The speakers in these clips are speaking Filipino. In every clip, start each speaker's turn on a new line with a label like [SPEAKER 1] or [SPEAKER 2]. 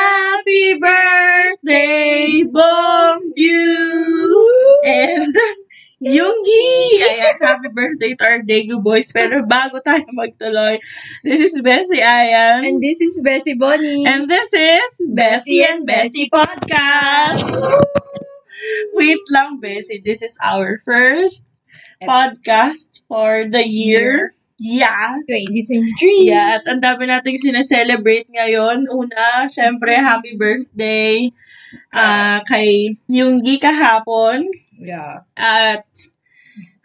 [SPEAKER 1] Happy birthday, Bongyu! And Yunggi! Ayan, happy birthday to our Daegu boys. Pero bago tayo magtuloy, this is Bessie Ayan.
[SPEAKER 2] And this is Bessie Bonnie.
[SPEAKER 1] And this is Bessie and Bessie Podcast! Wait lang, Bessie. This is our first podcast for the year. Yeah,
[SPEAKER 2] 2023.
[SPEAKER 1] Yeah, at ang dami nating sineselebrate ngayon. Una, syempre, happy birthday ah kay Yunggi kahapon.
[SPEAKER 2] Yeah.
[SPEAKER 1] At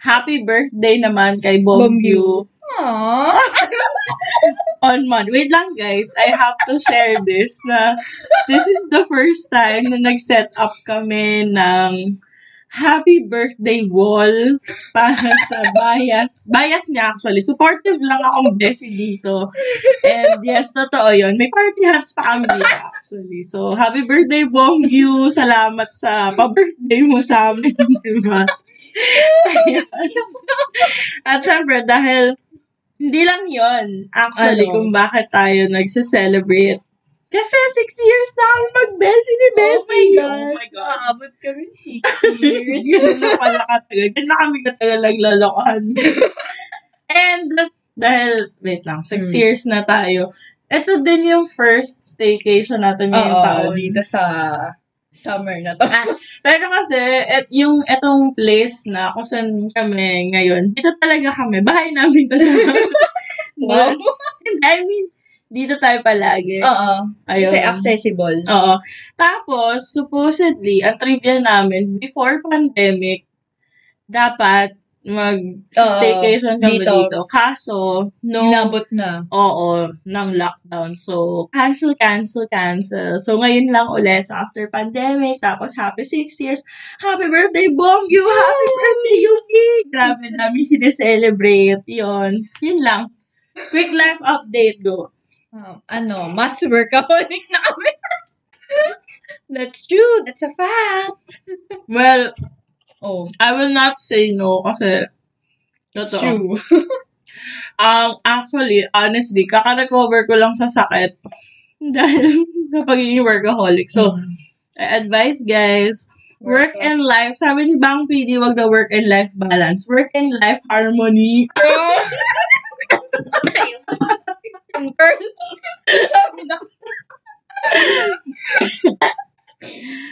[SPEAKER 1] happy birthday naman kay Bombyu
[SPEAKER 2] Aww.
[SPEAKER 1] on Monday. Wait lang guys, I have to share this na this is the first time na nag-set up kami ng happy birthday wall para sa bias. Bias niya actually. Supportive lang akong Desi dito. And yes, totoo yun. May party hats pa kami dito actually. So, happy birthday, Bongyu! Salamat sa pa-birthday mo sa amin, di ba? Ayan. At syempre, dahil hindi lang yon actually
[SPEAKER 2] Ano?
[SPEAKER 1] kung bakit tayo nagse-celebrate. Kasi six years na ako mag-Bessie ni Ah. Bessie.
[SPEAKER 2] Oh my God. Maabot kami 6 years.
[SPEAKER 1] Ganun na pala katagal. Ganun na kami katagal naglalokohan. And, dahil, wait lang, six
[SPEAKER 2] Mm.
[SPEAKER 1] years na tayo. Ito din yung first staycation natin ngayong
[SPEAKER 2] Oo,
[SPEAKER 1] taon.
[SPEAKER 2] dito sa summer na to.
[SPEAKER 1] Pero kasi, et, yung etong place na kung saan kami ngayon, dito talaga kami. Bahay namin to.
[SPEAKER 2] Wow.
[SPEAKER 1] I mean, dito tayo palagi.
[SPEAKER 2] Oo.
[SPEAKER 1] Ayun.
[SPEAKER 2] Kasi accessible.
[SPEAKER 1] Oo. Tapos, supposedly, ang trivia namin, before pandemic, dapat mag-staycation
[SPEAKER 2] Oo,
[SPEAKER 1] kami dito.
[SPEAKER 2] dito.
[SPEAKER 1] Kaso, no,
[SPEAKER 2] Inabot na.
[SPEAKER 1] oo, ng lockdown. So, cancel, cancel, cancel. So, ngayon lang ulit, so after pandemic, tapos happy six years, happy birthday, Bongyu! Happy birthday, Yuki! Grabe namin sineselebrate. Yun. Yun lang. Quick life update, go.
[SPEAKER 2] Um, ano, mas workaholic na kami. That's true. That's a fact.
[SPEAKER 1] Well,
[SPEAKER 2] Oh,
[SPEAKER 1] I will not say no kasi
[SPEAKER 2] that's
[SPEAKER 1] totoo.
[SPEAKER 2] true.
[SPEAKER 1] Um, actually, honestly, kaka-recover ko lang sa sakit dahil sa pagiging workaholic. So,
[SPEAKER 2] Mm.
[SPEAKER 1] I advice guys, work
[SPEAKER 2] Workaholic.
[SPEAKER 1] and life. Sabi ni Bang PD, wag na work and life balance. Work and life harmony.
[SPEAKER 2] Confirm. Sabi na.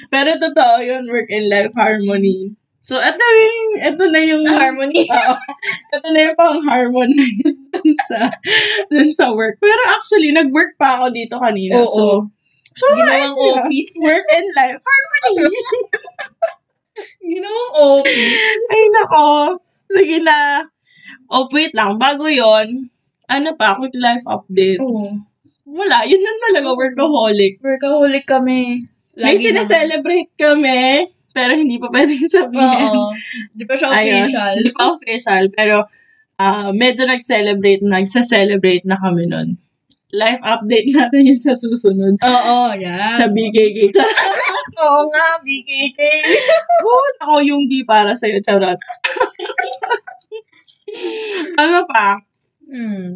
[SPEAKER 1] Pero totoo yun, work and life harmony. So, ito, yung, ito na yung...
[SPEAKER 2] Harmony.
[SPEAKER 1] Oo. Ito na yung pang-harmonize dun sa, dun sa work. Pero actually, nag-work pa ako dito kanina.
[SPEAKER 2] Oo.
[SPEAKER 1] So, so
[SPEAKER 2] Ginawang
[SPEAKER 1] ayun na.
[SPEAKER 2] office.
[SPEAKER 1] Work and life. Harmony.
[SPEAKER 2] Ginawang office.
[SPEAKER 1] Ay, nako. Sige na. Oh, wait lang. Bago yon ano pa, quick life update.
[SPEAKER 2] Oo.
[SPEAKER 1] Wala, yun lang talaga, workaholic.
[SPEAKER 2] Workaholic kami.
[SPEAKER 1] May
[SPEAKER 2] naman.
[SPEAKER 1] sineselebrate kami, pero hindi pa pwedeng sabihin.
[SPEAKER 2] Oo. Di pa siya
[SPEAKER 1] Ayun.
[SPEAKER 2] official.
[SPEAKER 1] Hindi pa official, pero ah, medyo nag-celebrate, nagsa-celebrate na kami nun. Life update natin yun sa susunod.
[SPEAKER 2] Oo, yan.
[SPEAKER 1] Sa BKK. Charot.
[SPEAKER 2] Oo nga, BKK.
[SPEAKER 1] Oh, ako yung di para sa'yo, charot. ano pa?
[SPEAKER 2] Hmm.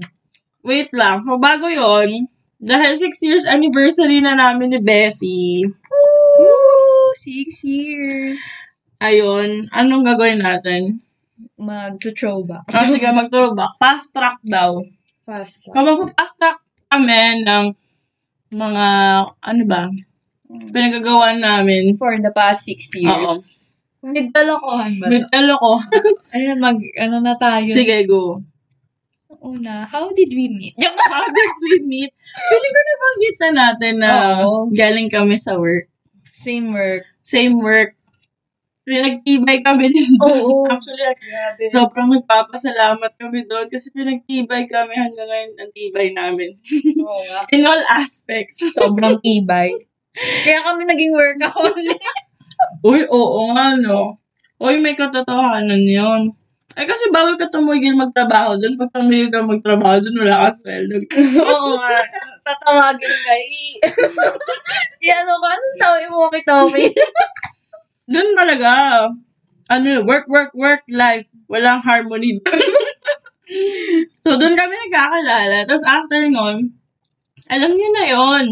[SPEAKER 1] Wait lang. So, bago yon dahil 6 years anniversary na namin ni Bessie,
[SPEAKER 2] Woo! Six years.
[SPEAKER 1] ayun, anong gagawin natin?
[SPEAKER 2] Mag-throwback.
[SPEAKER 1] Ah, sige, mag-throwback. Fast track daw.
[SPEAKER 2] Fast
[SPEAKER 1] Kung magpa-fast track kami ng mga, ano ba, pinagagawa namin.
[SPEAKER 2] For the past six years.
[SPEAKER 1] Years.
[SPEAKER 2] Nagdalokohan ba? to?
[SPEAKER 1] Bigtalo ko.
[SPEAKER 2] Ano, mag, ano na tayo?
[SPEAKER 1] Sige, go.
[SPEAKER 2] Una, how did we meet? Joke!
[SPEAKER 1] How did we meet? Feeling ko nabanggit na natin na
[SPEAKER 2] Oo.
[SPEAKER 1] galing kami sa work.
[SPEAKER 2] Same work.
[SPEAKER 1] Same work. Pinagtibay kami din.
[SPEAKER 2] Oo.
[SPEAKER 1] Actually,
[SPEAKER 2] Grabe.
[SPEAKER 1] sobrang nagpapasalamat kami doon kasi pinagtibay kami hanggang ngayon ang tibay namin.
[SPEAKER 2] Oo nga.
[SPEAKER 1] In all aspects.
[SPEAKER 2] Sobrang tibay. Kaya kami naging workaholic.
[SPEAKER 1] Uy, oo nga, no? Uy, may katotohanan yun. Ay, kasi bawal ka tumigil magtrabaho doon. Pag tumigil ka magtrabaho doon, wala ka sweldo.
[SPEAKER 2] Oo nga. Tatawagin ka. I- Yan ano ka? Anong tawag mo kay Tommy?
[SPEAKER 1] Doon talaga, ano yun, work, work, work, life. Walang harmony doon. so, doon kami nagkakalala. Tapos after nun, alam niyo na yon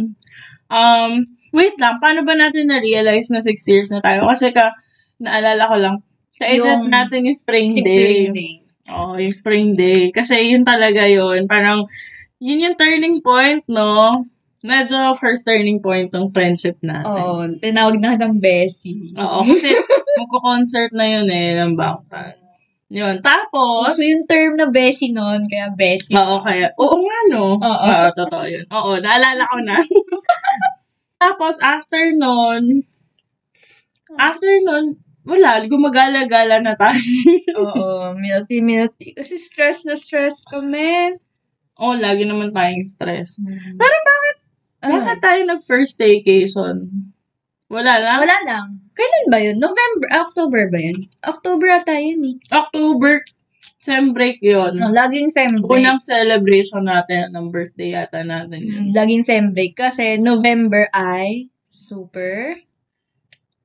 [SPEAKER 1] Um, wait lang, paano ba natin na-realize na 6 years na tayo? Kasi ka, naalala ko lang, kaedad
[SPEAKER 2] Yung
[SPEAKER 1] natin yung spring
[SPEAKER 2] Si
[SPEAKER 1] day.
[SPEAKER 2] Purine.
[SPEAKER 1] Oo, yung spring day. Kasi yun talaga yun. Parang, yun yung turning point, no? Medyo first turning point ng friendship natin.
[SPEAKER 2] Oo, tinawag na ng Bessie.
[SPEAKER 1] Oo, kasi magko-concert na yun eh, ng Bangtan. Yun. Tapos,
[SPEAKER 2] Uso yung term na Bessie noon, kaya Bessie.
[SPEAKER 1] oo, kaya, oo nga, no?
[SPEAKER 2] Oo.
[SPEAKER 1] Oo, totoo yun. Oo, naalala ko na. Tapos, after nun, after nun, wala, gumagala-gala na tayo.
[SPEAKER 2] Oo, milty, milty. Kasi stress na stress kami.
[SPEAKER 1] Oo, lagi naman tayong stress.
[SPEAKER 2] Pero bakit?
[SPEAKER 1] Hmm. Bakit tayo nag-first staycation? Wala lang.
[SPEAKER 2] Ah, Wala lang. Kailan ba yun? November, October ba yun? October ata yun eh.
[SPEAKER 1] October, sem break yun.
[SPEAKER 2] No, laging sem break.
[SPEAKER 1] Hmm. Unang celebration natin ng birthday yata natin yun.
[SPEAKER 2] Mm, Laging sem break kasi November ay super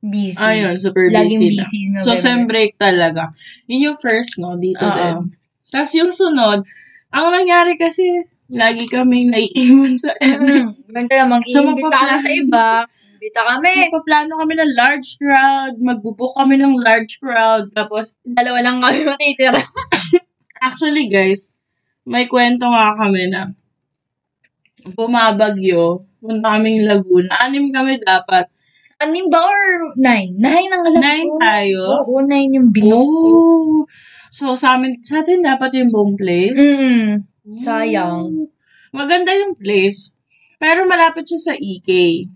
[SPEAKER 2] busy.
[SPEAKER 1] Ayun, super
[SPEAKER 2] Laging
[SPEAKER 1] busy,
[SPEAKER 2] busy,
[SPEAKER 1] na.
[SPEAKER 2] November.
[SPEAKER 1] So, sem break talaga. Yun yung first, no? Dito
[SPEAKER 2] Oo.
[SPEAKER 1] din. Tapos yung sunod, ang nangyari kasi, lagi kaming naiiwan sa
[SPEAKER 2] Mm, Ganito naman,
[SPEAKER 1] So,
[SPEAKER 2] iimbita ka
[SPEAKER 1] mapapla-
[SPEAKER 2] sa iba. Iimbita kami.
[SPEAKER 1] Magpaplano kami ng large crowd, magbubook kami ng large crowd. Tapos,
[SPEAKER 2] Dalawa lang kami matitira.
[SPEAKER 1] actually guys, may kwento nga kami na bumabagyo, punta kaming Laguna. Anim kami dapat.
[SPEAKER 2] Anim ba or nine? Nine ang alam
[SPEAKER 1] Nine
[SPEAKER 2] ko.
[SPEAKER 1] tayo?
[SPEAKER 2] Oo, nine yung binook ko.
[SPEAKER 1] Oh! So, sa amin, sa atin dapat yung buong place.
[SPEAKER 2] Mm. Sayang.
[SPEAKER 1] Mm. Maganda yung place. Pero malapit siya sa EK.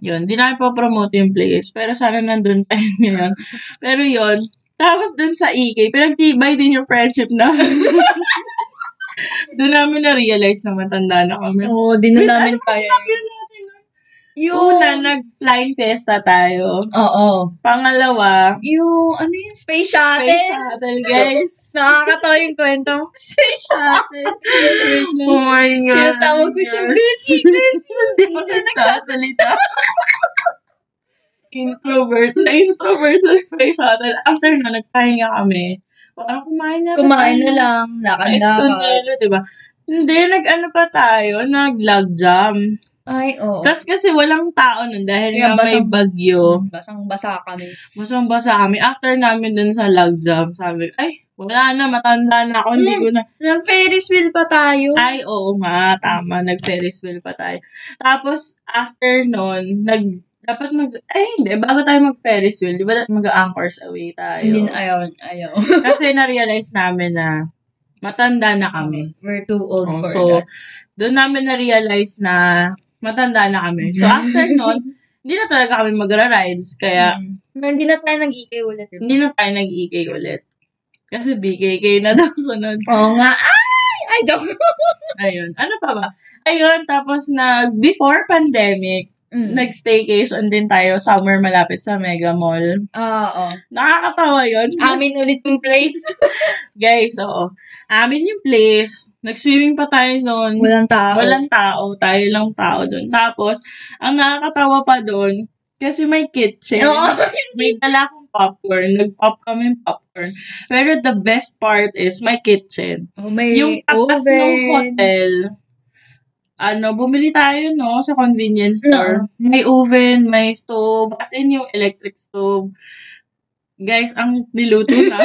[SPEAKER 1] Yun, di namin pa-promote yung place. Pero sana nandun tayo ngayon. Pero yun, tapos dun sa EK, pinagtibay din yung friendship na. Doon namin na-realize na matanda na kami.
[SPEAKER 2] Oo, di na namin
[SPEAKER 1] ano
[SPEAKER 2] kaya.
[SPEAKER 1] Sabihin natin, Una, nag-flying fiesta tayo.
[SPEAKER 2] Oo.
[SPEAKER 1] Pangalawa,
[SPEAKER 2] Yung, ano yun? Space
[SPEAKER 1] space
[SPEAKER 2] shuttle?
[SPEAKER 1] shuttle, guys.
[SPEAKER 2] Nakakatawa yung kwento mo. Space shuttle. Wait lang.
[SPEAKER 1] Oh my God.
[SPEAKER 2] Kaya tawag ko siya, Bessie, Bessie.
[SPEAKER 1] Hindi ako
[SPEAKER 2] Hindi siya
[SPEAKER 1] nagsasalita. introvert. Na-introvert sa space shuttle. After na, nagpahinga kami. Parang kumain na.
[SPEAKER 2] Kumain na lang. Lakad na.
[SPEAKER 1] Escondido, ano, di ba? Hindi, nag-ano pa tayo, nag-log jam.
[SPEAKER 2] Ay, oo.
[SPEAKER 1] Tapos kasi walang tao nun dahil nga may
[SPEAKER 2] Kaya Oh. basang-
[SPEAKER 1] bagyo.
[SPEAKER 2] Basang-basa kami.
[SPEAKER 1] Masang-basa kami. After namin dun sa log jam, sabi ko, ay, wala na, matanda na ako, hindi
[SPEAKER 2] Mm.
[SPEAKER 1] ko na
[SPEAKER 2] Nag-Ferris wheel pa tayo.
[SPEAKER 1] Ay, oo nga. Tama. Nag-Ferris wheel pa tayo. Tapos, after nun, nag, dapat mag, ay hindi, bago tayo mag-Ferris wheel, di ba dapat mag-anchors away
[SPEAKER 2] Hindi
[SPEAKER 1] tayo?
[SPEAKER 2] na ayaw, ayaw.
[SPEAKER 1] Kasi na-realize namin na matanda na kami.
[SPEAKER 2] We're too old
[SPEAKER 1] Oh,
[SPEAKER 2] for
[SPEAKER 1] so,
[SPEAKER 2] that.
[SPEAKER 1] doon namin na-realize na matanda na kami. So, after nun, hindi na talaga kami magra-rides. Kaya,
[SPEAKER 2] Mm. Pero hindi na tayo nag-EK ulit. Diba?
[SPEAKER 1] hindi na tayo nag-EK ulit. Kasi BKK na daw sunod.
[SPEAKER 2] Oo nga. Ay! Ay, joke.
[SPEAKER 1] Ayun. Ano pa ba? Ayun, tapos nag, before pandemic,
[SPEAKER 2] Mm.
[SPEAKER 1] nag-staycation din tayo summer malapit sa Mega Mall.
[SPEAKER 2] Oo.
[SPEAKER 1] Nakakatawa yun.
[SPEAKER 2] Amin ulit yung place.
[SPEAKER 1] Guys, oo. Amin yung place. Nag-swimming pa tayo noon.
[SPEAKER 2] Walang tao.
[SPEAKER 1] Walang tao. Tayo lang tao doon. Tapos, ang nakakatawa pa doon, kasi may kitchen.
[SPEAKER 2] Oo.
[SPEAKER 1] May dala akong popcorn. Nag-pop kami ng popcorn. Pero the best part is may kitchen.
[SPEAKER 2] Oh, may
[SPEAKER 1] Yung tapat ng
[SPEAKER 2] oven.
[SPEAKER 1] hotel, ano, bumili tayo, no, sa convenience
[SPEAKER 2] Oo.
[SPEAKER 1] store. May oven, may stove, as in yung electric stove. Guys, ang niluto na.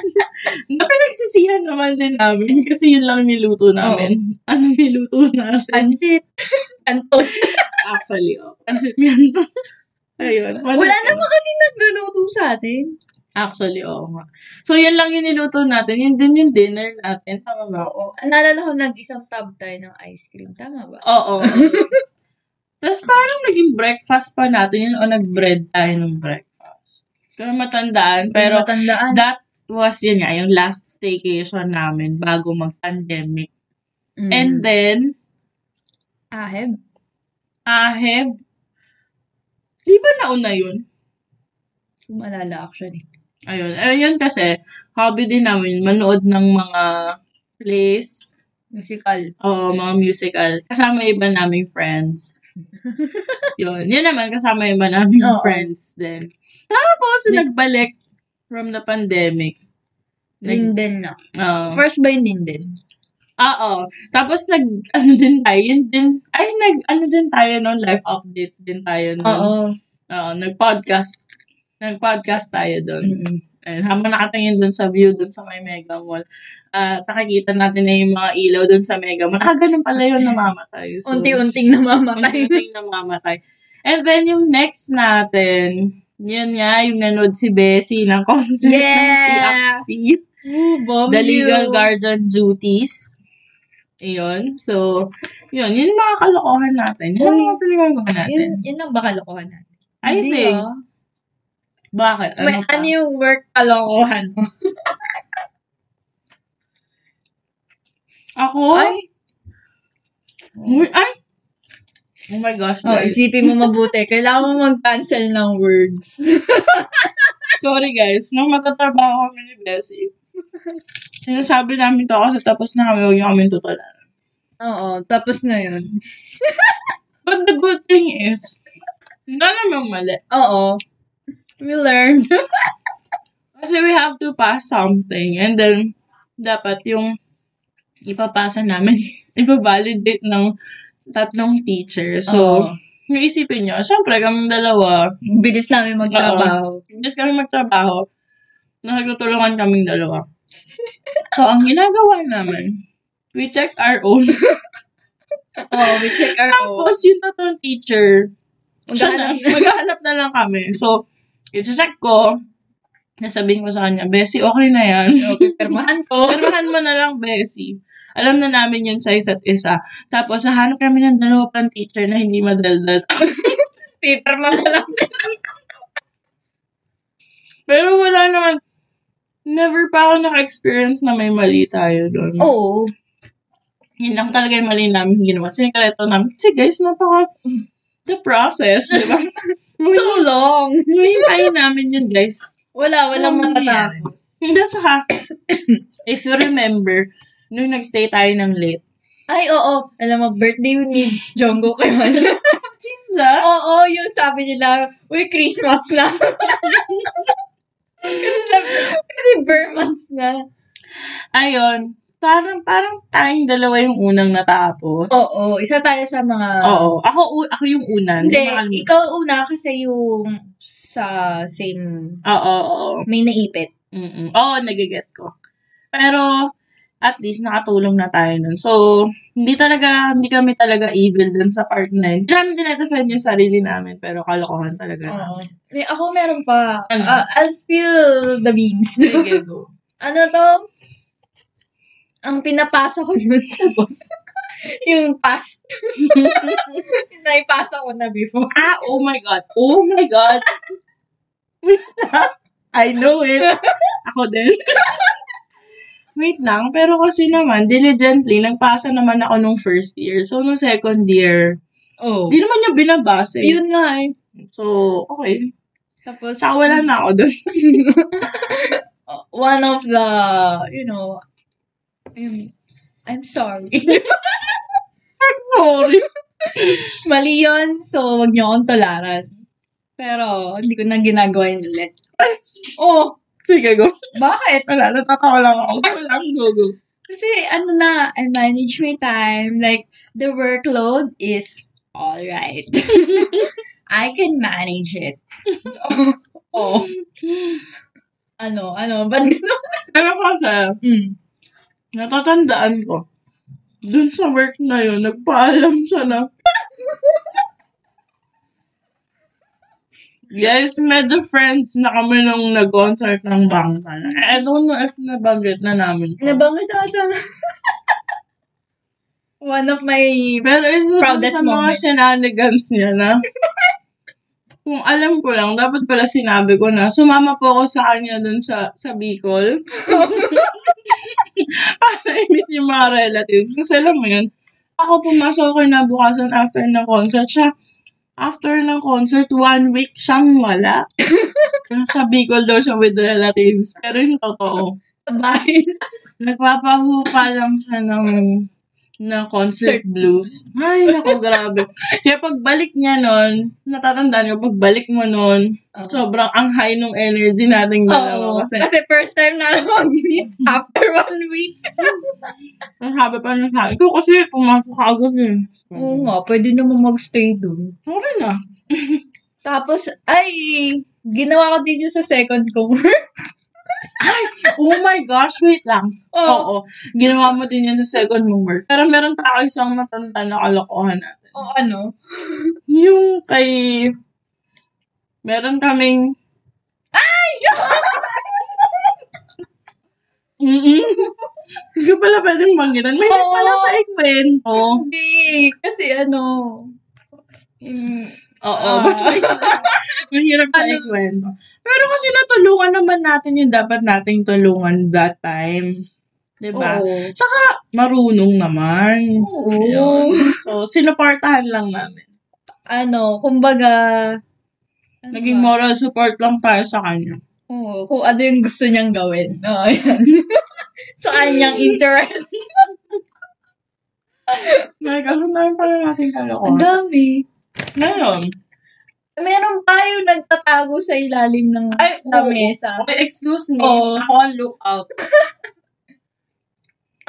[SPEAKER 1] Napinagsisihan naman din namin kasi yun lang niluto namin. Ano niluto natin?
[SPEAKER 2] Pansit. Anton.
[SPEAKER 1] Actually, oh. Pansit yan pa. Ayun.
[SPEAKER 2] Wala
[SPEAKER 1] pansit.
[SPEAKER 2] naman kasi nagluluto sa atin.
[SPEAKER 1] Actually, oo nga. So, yun lang yung niluto natin. Yun din yung dinner natin. Tama ba?
[SPEAKER 2] Oo. Naalala ko nag-isang tub tayo ng ice cream. Tama ba?
[SPEAKER 1] Oo. Tapos parang naging breakfast pa natin yun o nag-bread tayo ng breakfast. Kaya matandaan, pero
[SPEAKER 2] Matandaan.
[SPEAKER 1] that was yun nga, yung last staycation namin bago mag-pandemic.
[SPEAKER 2] Mm. Ah,
[SPEAKER 1] And then,
[SPEAKER 2] Aheb.
[SPEAKER 1] aheb, di ba nauna yun?
[SPEAKER 2] Malala actually.
[SPEAKER 1] Ayun. Ayun kasi, hobby din namin manood ng mga plays,
[SPEAKER 2] Musical.
[SPEAKER 1] o mga musical, kasama iba naming friends. yun. Yun naman, kasama yung iba naming
[SPEAKER 2] Oo.
[SPEAKER 1] friends din. Tapos,
[SPEAKER 2] May-
[SPEAKER 1] nagbalik from the pandemic. Nag,
[SPEAKER 2] Mm. Linden na.
[SPEAKER 1] oo.
[SPEAKER 2] First by Linden.
[SPEAKER 1] Oo. Tapos nag, ano din tayo, yun din, ay nag, ano din tayo noon, live updates din tayo noon.
[SPEAKER 2] Oo.
[SPEAKER 1] Oo, nag-podcast. Nag-podcast tayo doon.
[SPEAKER 2] Mm-mm.
[SPEAKER 1] And habang nakatingin dun sa view dun sa may Mega Mall, ah nakakita natin na yung mga ilaw dun sa Mega Mall. Ah, ganun pala yun namamatay. So,
[SPEAKER 2] Unti-unting namamatay.
[SPEAKER 1] unti-unting namamatay. And then yung next natin, yun nga, yung nanood si Bessie ng concert ng
[SPEAKER 2] Yeah.
[SPEAKER 1] T-Ups Tea.
[SPEAKER 2] Ooh, bomb
[SPEAKER 1] The legal
[SPEAKER 2] you.
[SPEAKER 1] guardian duties. Ayun. So, yun. Yun yung mga kalokohan natin. Yun ang
[SPEAKER 2] Uy.
[SPEAKER 1] mga pinagagawa natin.
[SPEAKER 2] Yun, yun ang bakalokohan natin.
[SPEAKER 1] I
[SPEAKER 2] Hindi,
[SPEAKER 1] think,
[SPEAKER 2] oh.
[SPEAKER 1] bakit? Ano
[SPEAKER 2] Ano,
[SPEAKER 1] pa?
[SPEAKER 2] ano yung work kalokohan mo?
[SPEAKER 1] Ako? Ay.
[SPEAKER 2] Ay,
[SPEAKER 1] Ay. Oh my gosh,
[SPEAKER 2] oh,
[SPEAKER 1] guys.
[SPEAKER 2] isipin mo mabuti. Kailangan mo mag-cancel ng words.
[SPEAKER 1] Sorry, guys. Nung magtatrabaho kami ni Bessie, sinasabi namin to kasi tapos na kami, huwag niyo kami tutulan.
[SPEAKER 2] Oo, tapos na yun.
[SPEAKER 1] But the good thing is, wala namang mali.
[SPEAKER 2] Oo. We learned.
[SPEAKER 1] Kasi we have to pass something. And then, dapat yung ipapasa namin, ipavalidate ng tatlong teacher. So,
[SPEAKER 2] Oo.
[SPEAKER 1] may isipin nyo, syempre, kaming dalawa,
[SPEAKER 2] bilis namin magtrabaho.
[SPEAKER 1] just kami magtrabaho, nakagtutulungan kaming dalawa. So, ang ginagawa naman, we check our own.
[SPEAKER 2] Oo, we check our own.
[SPEAKER 1] Tapos, yung tatlong teacher, siya na,
[SPEAKER 2] Maghanap na.
[SPEAKER 1] maghahanap na lang kami. So, i-check ko, nasabihin ko sa kanya, Bessie, okay na yan.
[SPEAKER 2] Pipirmahan ko.
[SPEAKER 1] Pirmahan mo na lang, Bessie. Alam na namin yun sa isa't isa. Tapos, nahanap kami ng dalawa pang teacher na hindi madaldal.
[SPEAKER 2] Pipirma na lang sila.
[SPEAKER 1] Pero wala naman. Never pa ako naka-experience na may mali tayo doon.
[SPEAKER 2] Oo.
[SPEAKER 1] Yun lang talaga yung mali namin ginawa. Sinikareto namin. Kasi guys, napaka the process, di ba?
[SPEAKER 2] So long.
[SPEAKER 1] Hintayin namin yun, guys.
[SPEAKER 2] Wala, walang
[SPEAKER 1] Walang mangyayari.
[SPEAKER 2] matatakos.
[SPEAKER 1] Hindi, tsaka, if you remember, nung nagstay tayo ng late,
[SPEAKER 2] Ay, oo. Alam mo, birthday ni Jungkook yun.
[SPEAKER 1] Sinza,
[SPEAKER 2] oo, yung sabi nila, uy, Christmas na. kasi sabi, kasi bare months na.
[SPEAKER 1] ayun, parang, parang tayong dalawa yung unang natapos.
[SPEAKER 2] Oo, isa tayo sa mga...
[SPEAKER 1] Oo. Ako, u- ako yung una.
[SPEAKER 2] Hindi,
[SPEAKER 1] makalimutan.
[SPEAKER 2] ikaw una kasi yung sa same...
[SPEAKER 1] Oo, oo.
[SPEAKER 2] May naipit.
[SPEAKER 1] Mm-mm. Oo, nagiget ko. Pero, at least nakatulong na tayo nun. So, hindi talaga, hindi kami talaga evil dun sa part na yun. Hindi namin dinedefend yung sarili namin, pero kalokohan talaga namin.
[SPEAKER 2] Oo. May, ako meron pa.
[SPEAKER 1] Ano?
[SPEAKER 2] Ah, I'll spill the beans.
[SPEAKER 1] Sige, go.
[SPEAKER 2] ano to? Ang pinapasa ko dun sa boss. yung past. yung naipasa ko na before.
[SPEAKER 1] Ah, oh my God. Oh my God. Wait lang. I know it. Ako din. Wait lang, pero kasi naman, diligently, nagpasa naman ako nung first year. So, nung second year,
[SPEAKER 2] Oh.
[SPEAKER 1] di naman niya binabase.
[SPEAKER 2] Yun nga eh.
[SPEAKER 1] So, okay.
[SPEAKER 2] Tapos,
[SPEAKER 1] Saka wala na ako dun.
[SPEAKER 2] uh, one of the, you know, I'm, I'm sorry.
[SPEAKER 1] Sorry.
[SPEAKER 2] Mali yun, so wag niyo akong tolaran. Pero, hindi ko na ginagawa yun ulit. Oh,
[SPEAKER 1] Sige, go.
[SPEAKER 2] bakit?
[SPEAKER 1] Wala, natatawa lang ako. Go lang, go, go.
[SPEAKER 2] Kasi, ano na, I manage my time. Like, the workload is alright. I can manage it. oh, ano, ano, ba't gano'n?
[SPEAKER 1] Pero kasi,
[SPEAKER 2] Mm.
[SPEAKER 1] natatandaan ko, dun sa work na yun, nagpaalam siya na. Yes, medyo friends na kami nung nag-concert ng Bangtan. I don't know if nabanggit na namin. to.
[SPEAKER 2] Nabanggit ata na. One of my...
[SPEAKER 1] Pero isa
[SPEAKER 2] Proudest
[SPEAKER 1] Proudest sa mga
[SPEAKER 2] moment.
[SPEAKER 1] shenanigans niya na, kung alam ko lang, dapat pala sinabi ko na, sumama po ako sa kanya dun sa, sa Bicol. Para i-meet yung mga relatives. Kasi alam mo yun, ako pumasok ako kinabukasan after ng concert. Siya, after ng concert, one week siyang wala. Nasa Bicol daw siya with relatives. Pero yung totoo,
[SPEAKER 2] Bahay.
[SPEAKER 1] nagpapahupa lang siya ng ng concert blues. Ay, naku, grabe. Kaya pagbalik niya nun, natatandaan ko, pagbalik mo nun,
[SPEAKER 2] Oo.
[SPEAKER 1] sobrang ang high nung energy nating
[SPEAKER 2] Oo.
[SPEAKER 1] dalawa.
[SPEAKER 2] Oh. Kasi,
[SPEAKER 1] Kasi,
[SPEAKER 2] first time na ako mag-meet after one week.
[SPEAKER 1] ang haba pa nung sabi ko, kasi pumasok ka agad eh.
[SPEAKER 2] Oo nga, pwede naman mag-stay dun.
[SPEAKER 1] Sorry na.
[SPEAKER 2] Tapos, ay, ginawa ko din yung sa second ko.
[SPEAKER 1] Oh my gosh, wait lang.
[SPEAKER 2] Oo.
[SPEAKER 1] Oo. Ginawa mo din yan sa second mong work. Pero meron pa ako isang natanta na kalokohan natin.
[SPEAKER 2] Oo, ano?
[SPEAKER 1] Yung kay... Meron kaming... Mm-mm. Hindi ko pala pwedeng banggitan. May
[SPEAKER 2] Oo.
[SPEAKER 1] pala siya ikwento.
[SPEAKER 2] Hindi. Kasi ano, mm,
[SPEAKER 1] Oo.
[SPEAKER 2] Ah.
[SPEAKER 1] basta ikwento. Mahirap na
[SPEAKER 2] Ano?
[SPEAKER 1] ikwento. Pero kasi natulungan naman natin yung dapat nating tulungan that time. Diba?
[SPEAKER 2] oo.
[SPEAKER 1] Marunong naman.
[SPEAKER 2] Oo.
[SPEAKER 1] Yun. So, sinuportahan lang namin.
[SPEAKER 2] Ano, kumbaga, ano
[SPEAKER 1] Naging
[SPEAKER 2] ba?
[SPEAKER 1] moral support lang tayo sa kanya.
[SPEAKER 2] Oo, kung ano yung gusto niyang gawin. Oo, yan. sa kanyang interest.
[SPEAKER 1] Like, alam namin pala natin
[SPEAKER 2] Ang
[SPEAKER 1] kalokohan.
[SPEAKER 2] dami.
[SPEAKER 1] Ngayon,
[SPEAKER 2] Meron pa yung nagtatago sa ilalim ng
[SPEAKER 1] Ay,
[SPEAKER 2] sa
[SPEAKER 1] oo.
[SPEAKER 2] mesa.
[SPEAKER 1] okay, excuse me,
[SPEAKER 2] Oo.
[SPEAKER 1] ako ang lookout.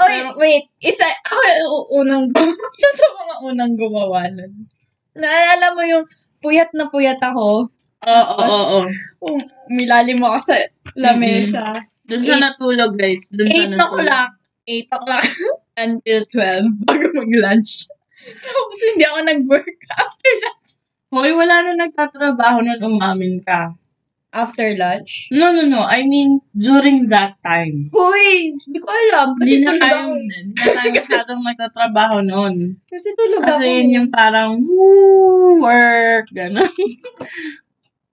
[SPEAKER 2] Oy,
[SPEAKER 1] Pero-
[SPEAKER 2] wait. Isa, ako yung unang, isa sa mga unang gumawa nun. Naalala mo yung puyat na puyat ako.
[SPEAKER 1] Oo, oo, oo.
[SPEAKER 2] Um, Milalim mo ako sa lamesa.
[SPEAKER 1] Doon siya
[SPEAKER 2] Eight-
[SPEAKER 1] natulog, guys. Doon siya natulog.
[SPEAKER 2] 8 o'clock. 8 o'clock until 12 bago mag-lunch. Tapos hindi ako nag-work after lunch.
[SPEAKER 1] Hoy, wala na nagtatrabaho nun umamin ka.
[SPEAKER 2] After lunch?
[SPEAKER 1] No, no, no. I mean, during that time.
[SPEAKER 2] Huy! Hindi ko alam.
[SPEAKER 1] Hindi
[SPEAKER 2] Kasi
[SPEAKER 1] na
[SPEAKER 2] tulog ako.
[SPEAKER 1] tayo, hindi na tayo masyadong nagtatrabaho nun.
[SPEAKER 2] Kasi tulog ako.
[SPEAKER 1] Kasi yun yung parang, woo, work, gano'n.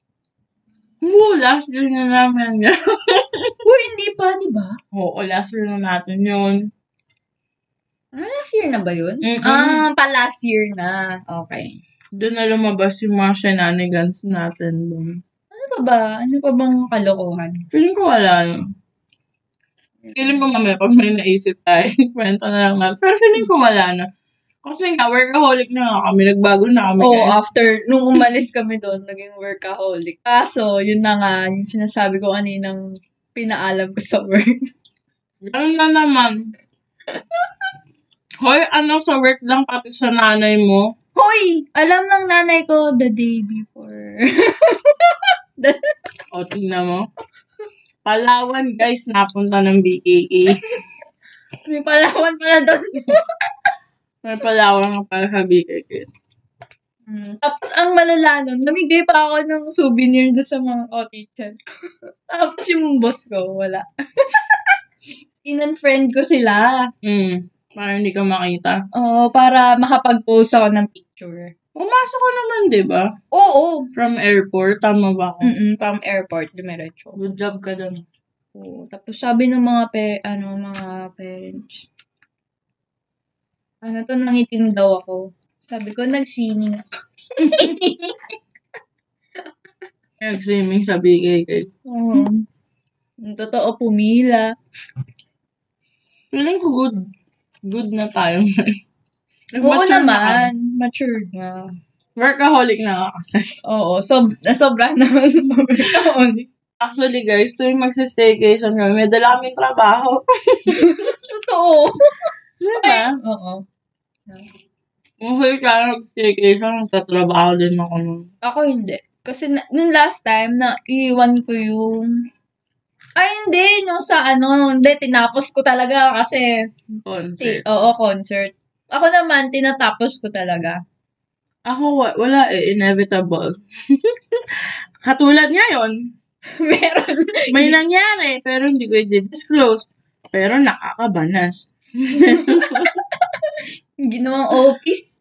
[SPEAKER 1] woo, last year na namin. yun.
[SPEAKER 2] Huy, hindi pa, di ba?
[SPEAKER 1] Oo, last year na natin yun.
[SPEAKER 2] Ah, last year na ba yun?
[SPEAKER 1] Mm-mm.
[SPEAKER 2] Ah, pa last year na. Okay.
[SPEAKER 1] Doon na lumabas yung mga shenanigans natin. Dun.
[SPEAKER 2] Ano pa ba? Ano pa bang kalokohan?
[SPEAKER 1] Feeling ko wala. no? Feeling ko mamaya pag may naisip tayo, kwento na lang natin. Pero feeling ko wala na. Kasi nga, workaholic na nga kami. Nagbago na kami,
[SPEAKER 2] Oo,
[SPEAKER 1] guys.
[SPEAKER 2] Oh, after, nung umalis kami doon, naging workaholic. Kaso, yun na nga, yung sinasabi ko kaninang pinaalam ko sa work.
[SPEAKER 1] Ganun na naman. Hoy, ano sa work lang pati sa nanay mo?
[SPEAKER 2] Hoy! Alam ng nanay ko the day before.
[SPEAKER 1] O, tingnan mo. Palawan, guys, napunta ng BKA.
[SPEAKER 2] May palawan pala doon.
[SPEAKER 1] May Palawan ka para sa BKA.
[SPEAKER 2] Mm. Tapos ang malala nun, namigay pa ako ng souvenir doon sa mga kotichan. Tapos yung boss ko, wala. In-unfriend ko sila.
[SPEAKER 1] Mm. Para hindi ka makita.
[SPEAKER 2] Oh, para makapag-post ako ng picture.
[SPEAKER 1] Pumasok ka naman, di ba?
[SPEAKER 2] Oo.
[SPEAKER 1] From airport, tama ba ako?
[SPEAKER 2] Mm-mm, from airport, dumiretso.
[SPEAKER 1] Good job ka doon.
[SPEAKER 2] Oo. Tapos sabi ng mga pe, ano, mga parents, ano to, nangitim daw ako. Sabi ko, nag-swimming ako.
[SPEAKER 1] Nag-swimming sa BKK.
[SPEAKER 2] Oo. Yung Totoo, pumila.
[SPEAKER 1] Feeling ko good. Good na tayo.
[SPEAKER 2] Oo
[SPEAKER 1] Nag-mature na ka.
[SPEAKER 2] naman, mature na.
[SPEAKER 1] Workaholic na ka kasi.
[SPEAKER 2] Oo, so, nasobra naman sa pagkakaon.
[SPEAKER 1] Actually, guys, tuwing magsa-staycation kami, may dala kaming trabaho. Diba?
[SPEAKER 2] Totoo.
[SPEAKER 1] Di
[SPEAKER 2] Ay,
[SPEAKER 1] ba?
[SPEAKER 2] Oo.
[SPEAKER 1] Kung huli ka nag-staycation, nagtatrabaho din ako nun.
[SPEAKER 2] Ako hindi. Kasi na, nung last time, na iiwan ko yung... Ay, hindi. Yung sa ano, hindi. Tinapos ko talaga kasi... Ti,
[SPEAKER 1] Concert.
[SPEAKER 2] oo, concert. Ako naman, tinatapos ko talaga.
[SPEAKER 1] Ako, wa- wala eh. Inevitable. Katulad ngayon,
[SPEAKER 2] Meron.
[SPEAKER 1] may nangyari, pero hindi ko i-disclose. Pero nakakabanas.
[SPEAKER 2] Ginawang office.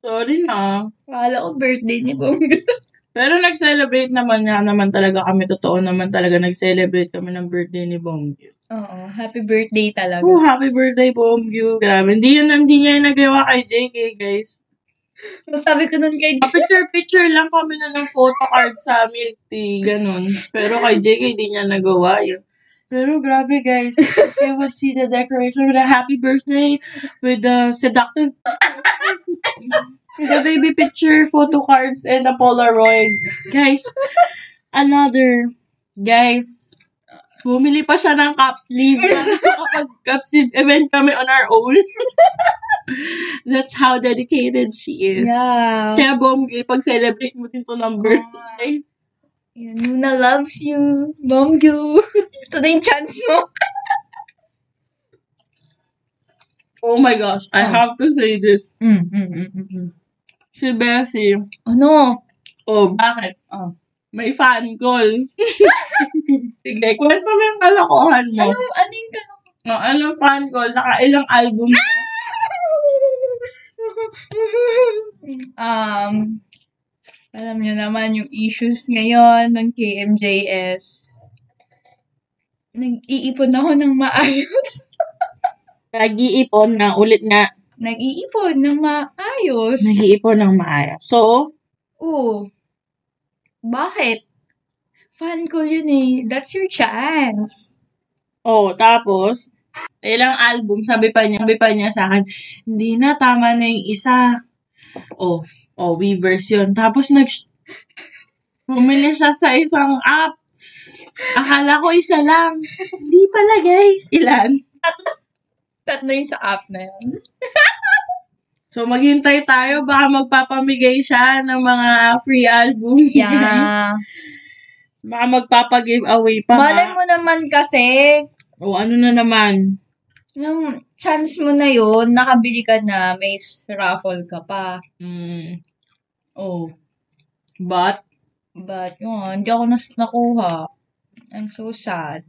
[SPEAKER 1] Sorry na.
[SPEAKER 2] Kala ko birthday ni Bongga.
[SPEAKER 1] Pero nag-celebrate naman nga naman talaga kami. Totoo naman talaga nag-celebrate kami ng birthday ni Bongyu.
[SPEAKER 2] Oo, happy birthday talaga.
[SPEAKER 1] Oh, happy birthday, Bongyu. Grabe. Hindi yun, hindi niya yung nagawa kay JK, guys.
[SPEAKER 2] Sabi ko nun kay
[SPEAKER 1] Picture-picture lang kami na ng photo card sa milk tea, ganun. Pero kay JK, di niya nagawa yun. Pero grabe guys, if you would see the decoration with a happy birthday, with the seductive, with a baby picture, photo cards, and a Polaroid. Guys, another, guys, bumili pa siya ng cap sleeve. Kapag cap sleeve event kami on our own. That's how dedicated she is.
[SPEAKER 2] Yeah.
[SPEAKER 1] Kaya Bom, pag-celebrate mo din to ng
[SPEAKER 2] Ah,
[SPEAKER 1] birthday.
[SPEAKER 2] yun, Luna loves you. Bomgyu. Ito na yung chance mo.
[SPEAKER 1] Oh my gosh, I
[SPEAKER 2] Oh.
[SPEAKER 1] have to say this.
[SPEAKER 2] Mm, mm, mm, mm, mm.
[SPEAKER 1] Si Bessie,
[SPEAKER 2] Ano?
[SPEAKER 1] oh, bakit?
[SPEAKER 2] Oh.
[SPEAKER 1] May fan call. Sige, kwento mo yung kalokohan mo.
[SPEAKER 2] Ano, ano yung tanong?
[SPEAKER 1] Oh, ano fan call? Nakailang album ka?
[SPEAKER 2] um, alam niyo naman yung issues ngayon ng KMJS. Nag-iipon ako ng maayos.
[SPEAKER 1] Nag-iipon na, ulit nga.
[SPEAKER 2] Nag-iipon ng maayos.
[SPEAKER 1] Nag-iipon ng maayos. So,
[SPEAKER 2] Oo. Bakit? Fan ko yun eh. That's your chance.
[SPEAKER 1] oh, tapos, ilang album, sabi pa niya, sabi pa niya sa akin, hindi na, tama na yung isa. Oh, oh, Weavers yun. Tapos, nag, bumili siya sa isang app. Akala ko isa lang. Hindi pala, guys. Ilan?
[SPEAKER 2] Tatlo yung sa app na yun.
[SPEAKER 1] So, maghintay tayo. Baka magpapamigay siya ng mga free album. guys.
[SPEAKER 2] Yeah.
[SPEAKER 1] Baka magpapag-giveaway pa.
[SPEAKER 2] Malay
[SPEAKER 1] ha?
[SPEAKER 2] mo naman kasi,
[SPEAKER 1] O, ano na naman?
[SPEAKER 2] yung chance mo na yun, nakabili ka na, may raffle ka pa.
[SPEAKER 1] Mm,
[SPEAKER 2] Oh.
[SPEAKER 1] but,
[SPEAKER 2] But, yun, hindi ako nas- nakuha. I'm so sad.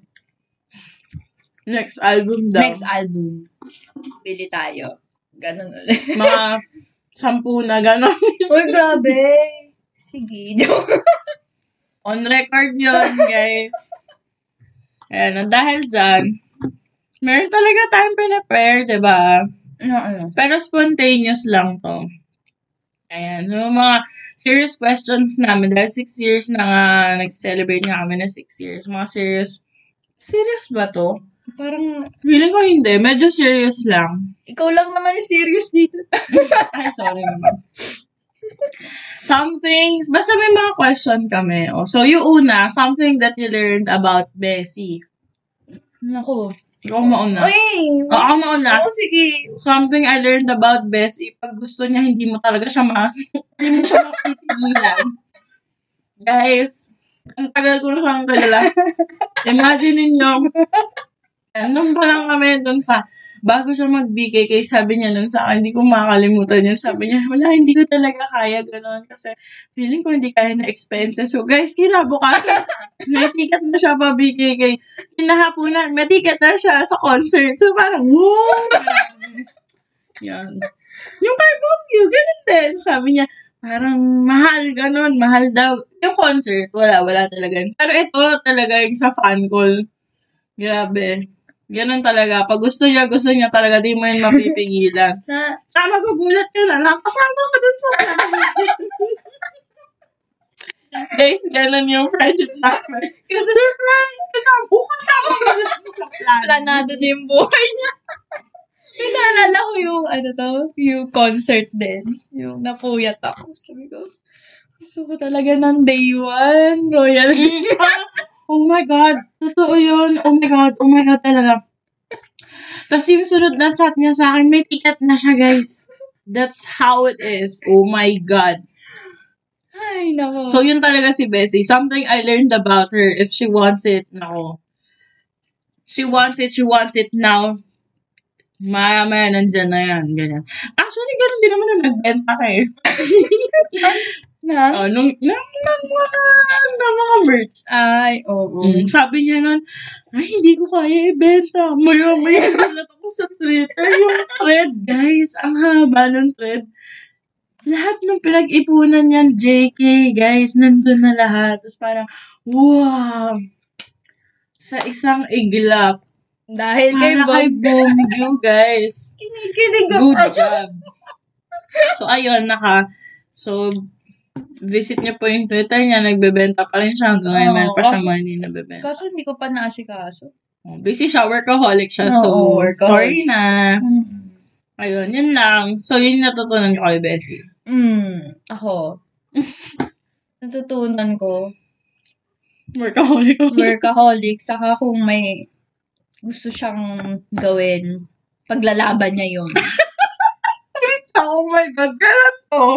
[SPEAKER 1] next album daw.
[SPEAKER 2] Next album. Bili tayo. Ganun ulit.
[SPEAKER 1] mga sampu na gano'n.
[SPEAKER 2] Uy, grabe. Sige.
[SPEAKER 1] On record yun, guys. Ayan, ang dahil dyan, meron talaga tayong pinapair, di ba?
[SPEAKER 2] ano, ano?
[SPEAKER 1] Pero spontaneous lang to. Ayan, yung mga serious questions namin. Dahil six years na nga, nag-celebrate nga kami na six years. Mga serious, serious ba to?
[SPEAKER 2] Parang,
[SPEAKER 1] Feeling ko hindi. Medyo serious lang.
[SPEAKER 2] ikaw lang naman yung serious dito.
[SPEAKER 1] Ay, sorry naman. Something, basta may mga question kami. O, so, yung una, something that you learned about Bessie.
[SPEAKER 2] Nako.
[SPEAKER 1] Ikaw mauna.
[SPEAKER 2] Uy!
[SPEAKER 1] Oo,
[SPEAKER 2] oh, Ah!
[SPEAKER 1] ako mauna.
[SPEAKER 2] Oo, sige.
[SPEAKER 1] Something I learned about Bessie, pag gusto niya, hindi mo talaga siya ma... hindi mo siya mapipigilan. Guys, ang tagal ko na siyang kilala. Imagine ninyo, nung pa lang kami dun sa, bago siya mag-BKK, sabi niya nun sa akin, hindi ko makakalimutan yun. Sabi niya, wala, hindi ko talaga kaya ganun. Kasi feeling ko hindi kaya na expenses. So guys, kinabukasan, may ticket na siya pa BKK. Kinahapunan, may ticket na siya sa concert. So parang, wow! Yan. Yung kay Bongyu, ganun din. Sabi niya, parang mahal, ganun, mahal daw. Yung concert, wala, wala talaga. yun. Pero ito talaga yung sa fan call. Grabe. Ganun talaga. Pag gusto niya, gusto niya talaga. Di mo yun mapipigilan.
[SPEAKER 2] Na,
[SPEAKER 1] Saka magugulat ka na lang. Kasama ka dun sa plan. Guys, ganun yung friendship namin.
[SPEAKER 2] kasi
[SPEAKER 1] Surprise! Kasama, oh, kasama ka dun sa plan.
[SPEAKER 2] planado na yung buhay niya. May naalala ko yung, ano to, yung concert din. Yung napuyat ako. Sabi ko, gusto ko talaga ng day one, royal day.
[SPEAKER 1] Ah, oh my God. Totoo yun. Oh my God. Oh my God talaga. Tapos yung sunod na chat niya sa akin, may ticket na siya, guys. That's how it is. Oh my God.
[SPEAKER 2] Ay, nako.
[SPEAKER 1] So, yun talaga si Bessie. Something I learned about her, if she wants it, nako. She wants it, she wants it now. Maya, maya, nandyan na yan. Ganyan. Actually, ganun din naman na nagbenta ka eh.
[SPEAKER 2] na?
[SPEAKER 1] Oh, nung, nung, nung, mga, nung mga merch.
[SPEAKER 2] Ay, oo.
[SPEAKER 1] Mm, sabi niya nun, ay, hindi ko kaya ibenta. Maya, maya, nagulat ako sa Twitter. Yung thread, guys, ang haba ng thread. Lahat ng pinag-ipunan niyan, JK, guys, nandun na lahat. Tapos parang, wow, sa isang iglap.
[SPEAKER 2] Dahil kay
[SPEAKER 1] Para kay
[SPEAKER 2] Bob.
[SPEAKER 1] Bongyu, guys.
[SPEAKER 2] Kinikilig
[SPEAKER 1] Good job. So, ayun, naka, so, visit niya po yung Twitter niya, nagbebenta pa rin siya hanggang ngayon,
[SPEAKER 2] Oo,
[SPEAKER 1] meron pa siya
[SPEAKER 2] kasi-
[SPEAKER 1] money na bebenta.
[SPEAKER 2] Kaso hindi ko pa naasikaso.
[SPEAKER 1] Oh, Busy siya, workaholic siya. so,
[SPEAKER 2] Oo,
[SPEAKER 1] sorry
[SPEAKER 2] workaholic.
[SPEAKER 1] na.
[SPEAKER 2] Mm.
[SPEAKER 1] Ayun, yun lang. So, yun yung natutunan ko kay Bessie.
[SPEAKER 2] Mm, ako. Natutunan ko,
[SPEAKER 1] Workaholic ako.
[SPEAKER 2] workaholic, saka kung may gusto siyang gawin, paglalaban niya yun.
[SPEAKER 1] Oh my God, ganun to.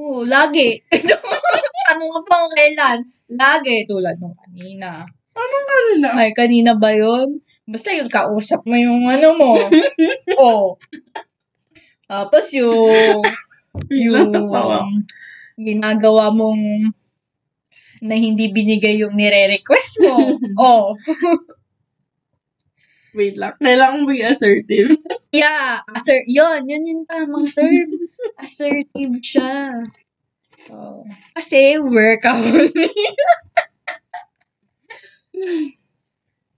[SPEAKER 2] Oo, lagi. ano nga pang kailan? Lagi, tulad nung kanina.
[SPEAKER 1] Ano na?
[SPEAKER 2] Ay, kanina ba yun? Basta yung kausap mo yung ano mo. Oo. Tapos yung, yung
[SPEAKER 1] Natawa.
[SPEAKER 2] ginagawa mong na hindi binigay yung nire-request mo. Oo.
[SPEAKER 1] Wait lang. Kailangan mo assertive.
[SPEAKER 2] Yeah, assert, yun, yun yung tamang term. Assertive siya. So, kasi workaholic.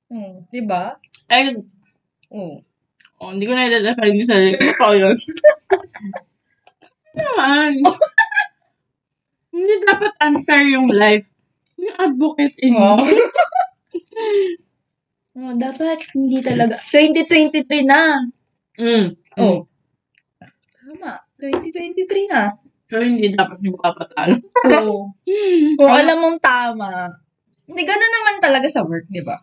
[SPEAKER 2] mm, di ba?
[SPEAKER 1] Ay,
[SPEAKER 2] Mm.
[SPEAKER 1] oh, hindi ko na i-define yung sarili ko. Ikaw yun. Ano Naman. hindi dapat unfair yung life. Yung advocate in mo.
[SPEAKER 2] Oh. oh, dapat hindi talaga. 2023 na.
[SPEAKER 1] Mm.
[SPEAKER 2] Oh. Tama. 2023 na.
[SPEAKER 1] So, hindi dapat yung papatalo.
[SPEAKER 2] Oo. Kung alam mong tama. Hindi, gano'n naman talaga sa work, diba? di ba?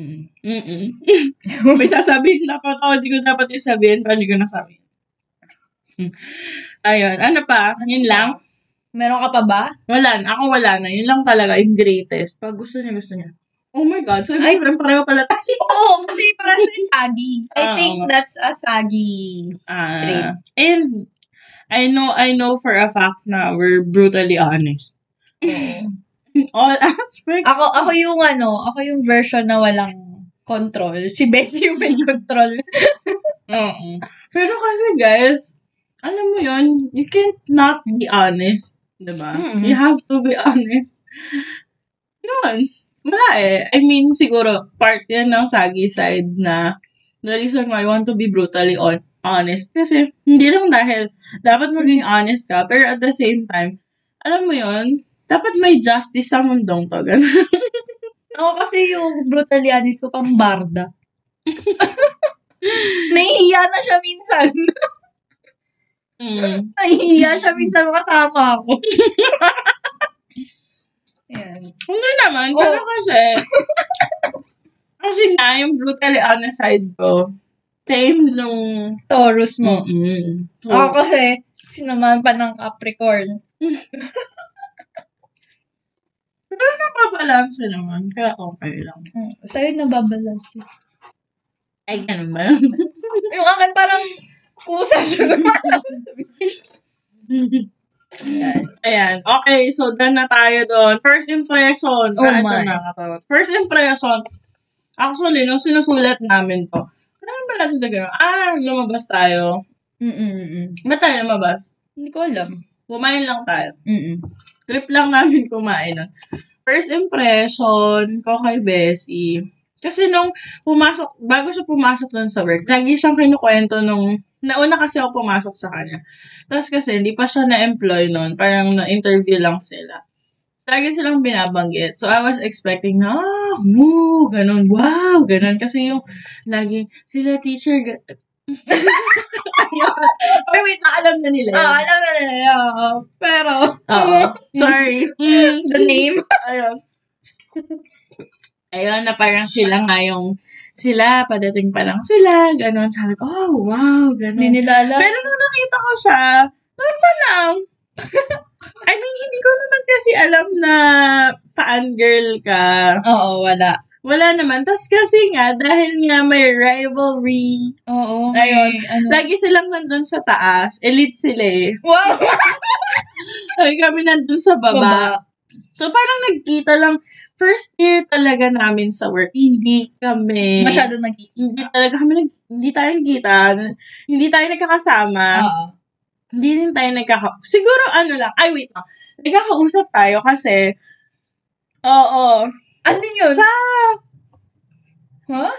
[SPEAKER 1] Mm. Mm-mm. May sasabihin dapat ako. Hindi ko dapat yung sabihin. Pero hindi ko nasabihin. Mm. Ayun. Ano pa? Yun lang.
[SPEAKER 2] Meron ka pa ba?
[SPEAKER 1] Wala na. Ako wala na. Yun lang talaga. Yung greatest. Pag gusto niya, gusto niya. Oh my God. So,
[SPEAKER 2] Ay.
[SPEAKER 1] ibig sabihin, pareho pala tayo.
[SPEAKER 2] Oo, kasi para sa sagi. I
[SPEAKER 1] Ah,
[SPEAKER 2] think
[SPEAKER 1] oo nga.
[SPEAKER 2] that's a sagi.
[SPEAKER 1] Ah,
[SPEAKER 2] Great.
[SPEAKER 1] and I know, I know for a fact na we're brutally honest. In all aspects.
[SPEAKER 2] Ako, ako yung ano, ako yung version na walang control. Si Bessie yung may control.
[SPEAKER 1] Oo. Eh, Pero kasi guys, alam mo yon you can't not be honest. Diba?
[SPEAKER 2] Mm-mm.
[SPEAKER 1] You have to be honest. Yun. Wala eh. I mean, siguro, part yan ng sagi side na the reason why I want to be brutally on honest. Kasi, hindi lang dahil dapat maging honest ka, pero at the same time, alam mo yon dapat may justice sa mundong to. Ganun.
[SPEAKER 2] Ako kasi yung brutally honest ko pang barda. Nahihiya na siya minsan.
[SPEAKER 1] Mm.
[SPEAKER 2] Nahihiya siya minsan kasama ako. Yan.
[SPEAKER 1] Hindi naman,
[SPEAKER 2] Oh.
[SPEAKER 1] pero kasi, kasi nga, yung brutally honest side ko, tame nung,
[SPEAKER 2] Taurus mo.
[SPEAKER 1] mm
[SPEAKER 2] Ako kasi, sinamahan pa ng Capricorn.
[SPEAKER 1] napabalansa naman, kaya okay lang.
[SPEAKER 2] Hmm, Sa'yo nababalance.
[SPEAKER 1] Ay, ganun ba?
[SPEAKER 2] Yung akin parang kusa siya. Ayan.
[SPEAKER 1] Ayan, okay, so done na tayo doon. First impression.
[SPEAKER 2] Oh
[SPEAKER 1] Ah, ito
[SPEAKER 2] my.
[SPEAKER 1] na, katawan. First impression, actually, nung sinusulat namin to, ano ba natin na gano'n? Ah, lumabas tayo.
[SPEAKER 2] Mm-mm.
[SPEAKER 1] Ba't tayo lumabas?
[SPEAKER 2] Hindi ko alam.
[SPEAKER 1] Kumain lang tayo.
[SPEAKER 2] Mm-mm.
[SPEAKER 1] trip lang namin kumain nun. First impression ko kay Bessie, kasi nung pumasok, bago siya pumasok dun sa work, lagi siyang kinukwento nung, nauna kasi ako pumasok sa kanya. Tapos kasi, hindi pa siya na-employ nun, parang na-interview lang sila. Lagi silang binabanggit. So, I was expecting na, ah, woo, ganun, wow, ganun. Kasi yung, lagi, sila teacher, ga- Ayun. Ay, wait, alam na nila yun.
[SPEAKER 2] Ah, alam na nila. ah, Pero,
[SPEAKER 1] Oo. Sorry. Mm.
[SPEAKER 2] the name.
[SPEAKER 1] Ayun. Ayun, na parang sila nga yung sila, padating pa lang sila, ganun. Sabi ko, oh, wow,
[SPEAKER 2] Hindi
[SPEAKER 1] ganun.
[SPEAKER 2] nila alam.
[SPEAKER 1] Pero nung nakita ko siya, normal lang. I mean, hindi ko naman kasi alam na fangirl ka.
[SPEAKER 2] Oo, wala.
[SPEAKER 1] Wala naman. Tapos kasi nga, dahil nga may rivalry,
[SPEAKER 2] Oo,
[SPEAKER 1] Ayun.
[SPEAKER 2] may ano.
[SPEAKER 1] lagi silang nandun sa taas. Elite sila eh.
[SPEAKER 2] wow!
[SPEAKER 1] Ay, kami nandun sa baba.
[SPEAKER 2] Baba.
[SPEAKER 1] So, parang nagkita lang, first year talaga namin sa work, hindi kami,
[SPEAKER 2] Masyado nag-
[SPEAKER 1] hindi talaga kami, nag, hindi tayo nagkita, hindi tayo nagkakasama,
[SPEAKER 2] Oo.
[SPEAKER 1] hindi rin tayo nagkaka, siguro ano lang, ay wait lang, nagkakausap tayo kasi, oo,
[SPEAKER 2] Ano yun?
[SPEAKER 1] sa,
[SPEAKER 2] Huh?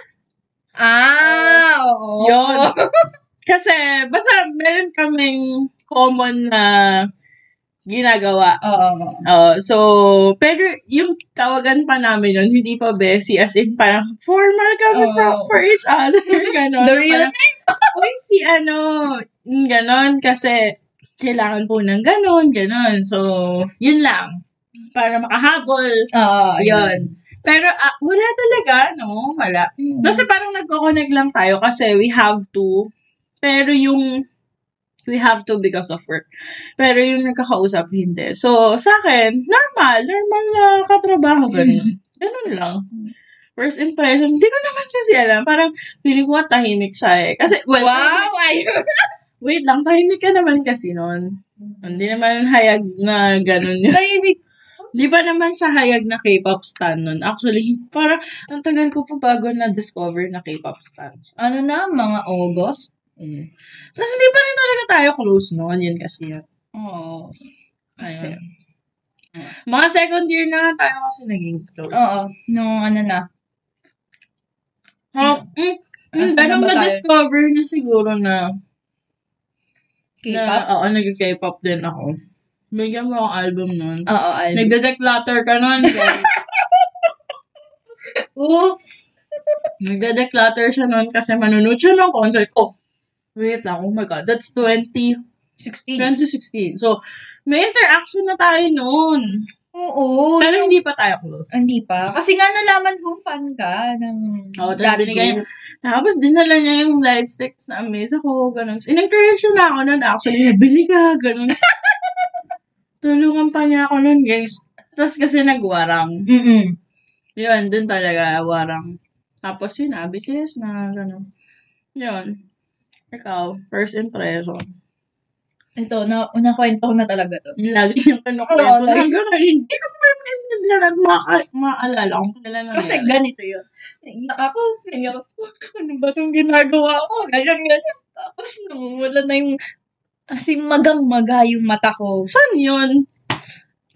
[SPEAKER 2] Ah, oo.
[SPEAKER 1] Yun. kasi, basta meron kaming common na ginagawa.
[SPEAKER 2] Oo.
[SPEAKER 1] Oh, so, pero yung tawagan pa namin nun, hindi pa besi, as in parang formal kami
[SPEAKER 2] Oo.
[SPEAKER 1] pro- for each other, ganon.
[SPEAKER 2] The real
[SPEAKER 1] Parang, Uy, si ano, mm, ganon, kasi kailangan po ng ganon, ganon. So, yun lang, para makahabol.
[SPEAKER 2] Ah, Oo,
[SPEAKER 1] Yun.
[SPEAKER 2] yun.
[SPEAKER 1] Pero ah, wala talaga, no, wala.
[SPEAKER 2] Mm.
[SPEAKER 1] Kasi parang nagko-connect lang tayo kasi we have to. Pero yung we have to because of work. Pero yung nagkakausap, hindi. So, sa akin, normal. Normal na katrabaho. Ganun. Ganun lang. First impression, hindi ko naman kasi alam. Parang feeling ko tahimik siya eh. Kasi, well,
[SPEAKER 2] wow, ayun.
[SPEAKER 1] wait lang, tahimik ka naman kasi noon. Hindi naman hayag na ganun yun.
[SPEAKER 2] Tahimik.
[SPEAKER 1] Di ba naman siya hayag na K-pop stan nun? Actually, parang ang tagal ko pa bago na-discover na K-pop stan.
[SPEAKER 2] Ano na, mga August?
[SPEAKER 1] Mm. Tapos hindi pa rin talaga tayo close noon. Yun kasi yun.
[SPEAKER 2] Oo. Kasi,
[SPEAKER 1] Ayun. Mga second year na nga tayo kasi naging close.
[SPEAKER 2] oo. Nung ano na.
[SPEAKER 1] Oh, mm, mm, ganun
[SPEAKER 2] Asan Ah, na ba tayo?
[SPEAKER 1] na-discover na siguro na,
[SPEAKER 2] K-pop?
[SPEAKER 1] na oo, nag-K-pop din ako. Bigyan mo akong album nun.
[SPEAKER 2] Oo, album.
[SPEAKER 1] Nagde-declutter ka nun. guys.
[SPEAKER 2] Oops!
[SPEAKER 1] Nagde-declutter siya nun kasi manunood siya ng concert. Oh, wait lang. Oh my God, that's 20,
[SPEAKER 2] 16.
[SPEAKER 1] 2016. So, may interaction na tayo noon.
[SPEAKER 2] Oo.
[SPEAKER 1] Pero hindi pa tayo close.
[SPEAKER 2] Hindi pa. Kasi nga nalaman kong fan ka ng
[SPEAKER 1] Oo, tapos
[SPEAKER 2] that
[SPEAKER 1] binigay-
[SPEAKER 2] group.
[SPEAKER 1] Tapos, dinala niya yung light sticks na mesa ko, ganun. So, In-encourage niya na ako nun, actually, bili ka, ganun. Tulungan pa niya ako nun, guys. Tapos kasi nagwarang.
[SPEAKER 2] Mm-mm.
[SPEAKER 1] Yun, dun talaga, warang. Tapos yun, ah, na, BTS na, ganun. Yun. Ikaw, first impression.
[SPEAKER 2] Ito, na, unakwento ko na talaga to.
[SPEAKER 1] Yung lagi niyang kinukwento
[SPEAKER 2] Oo,
[SPEAKER 1] na
[SPEAKER 2] lagi.
[SPEAKER 1] ganun. Hindi ko pa rin nalang makas- maalala kung kailan na
[SPEAKER 2] Kasi ganito yun. Naiyak ako, naiyak ako. Ano ba itong ginagawa ko? Ganyan, ganyan. Tapos nawawala na yung... Kasi magang-maga yung mata ko.
[SPEAKER 1] Saan yun?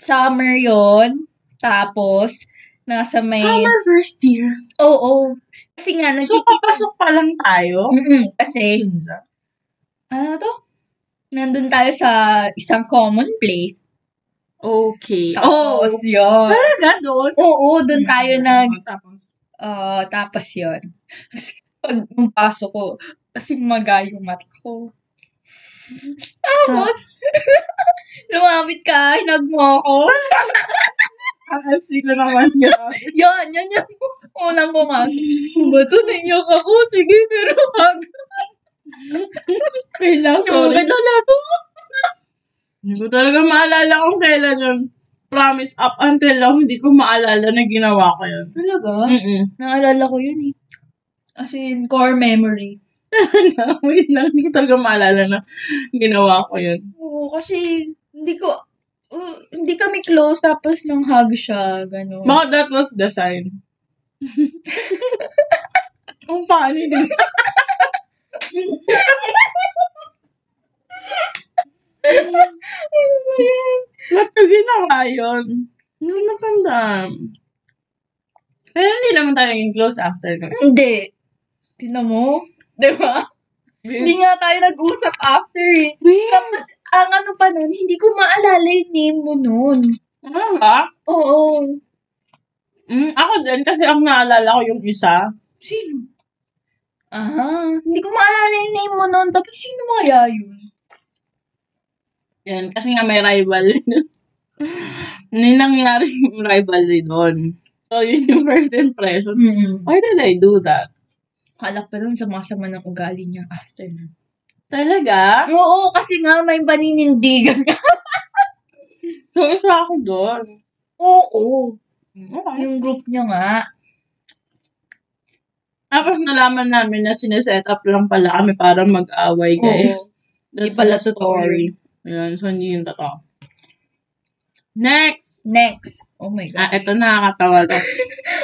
[SPEAKER 2] Summer yon Tapos, nasa may...
[SPEAKER 1] Summer first year.
[SPEAKER 2] Oo. Kasi nga,
[SPEAKER 1] So,
[SPEAKER 2] nagkikita.
[SPEAKER 1] papasok pa lang tayo.
[SPEAKER 2] Mm-mm, kasi,
[SPEAKER 1] Chinza.
[SPEAKER 2] ano to? Nandun tayo sa isang common place.
[SPEAKER 1] Okay. Oh,
[SPEAKER 2] Tapos yun.
[SPEAKER 1] talaga doon?
[SPEAKER 2] Oo, doon tayo nag...
[SPEAKER 1] Oh, Tapos,
[SPEAKER 2] ah, tapos yun. Kasi pag nung pasok ko, kasi maga yung mata ko. Tapos, lumapit ka, hinag mo ako.
[SPEAKER 1] KFC na naman. grabe.
[SPEAKER 2] Yun, yun yung unang pumasok. Ba't ito naiyak ako? Sige, pero hag.
[SPEAKER 1] Wait lang,
[SPEAKER 2] Sorry.
[SPEAKER 1] sorry. Hindi ko talaga maalala kung kailan yun. Promise, up until now, hindi ko maalala na ginawa ko yun.
[SPEAKER 2] Talaga?
[SPEAKER 1] Mm-mm.
[SPEAKER 2] Naalala ko yun eh. As in, core memory.
[SPEAKER 1] Wait lang, hindi ko talaga maalala na ginawa ko yun.
[SPEAKER 2] Oo, kasi hindi ko, oh, hindi kami close tapos nang hug siya, gano'n.
[SPEAKER 1] Baka that was the sign. Ang funny din. Ba't ko ginawa yun? Hindi ko matandaan. Pero hindi naman tayo naging close after nun.
[SPEAKER 2] hindi. Tinan mo? Di ba? Hindi nga tayo nag-usap after eh.
[SPEAKER 1] Wait,
[SPEAKER 2] Tapos, ang ano pa nun, hindi ko maalala yung name mo nun.
[SPEAKER 1] ano ba?
[SPEAKER 2] Oo.
[SPEAKER 1] Mm, ako din kasi ang naalala ko yung isa.
[SPEAKER 2] Sino? Ah, hindi ko maalala yung name mo nun. Tapos, sino kaya yun?
[SPEAKER 1] Yan, kasi nga may rivalry. Hindi nangyari yung rivalry doon. So, yun yung first impression.
[SPEAKER 2] Mm-mm.
[SPEAKER 1] Why did I do that?
[SPEAKER 2] Kala pa nun, sama-sama ng ugali niya after nun.
[SPEAKER 1] Talaga?
[SPEAKER 2] Oo, kasi nga may paninindigan ka.
[SPEAKER 1] So, isa ako doon. Mm,
[SPEAKER 2] Oo.
[SPEAKER 1] Okay.
[SPEAKER 2] Yung group niya nga.
[SPEAKER 1] Tapos nalaman namin na sineset up lang pala kami para mag-away, guys.
[SPEAKER 2] Hindi pala totoo.
[SPEAKER 1] Ayan, so hindi yung totoo. Next!
[SPEAKER 2] Next. Oh my
[SPEAKER 1] Ah,
[SPEAKER 2] God.
[SPEAKER 1] ito nakakatawa to.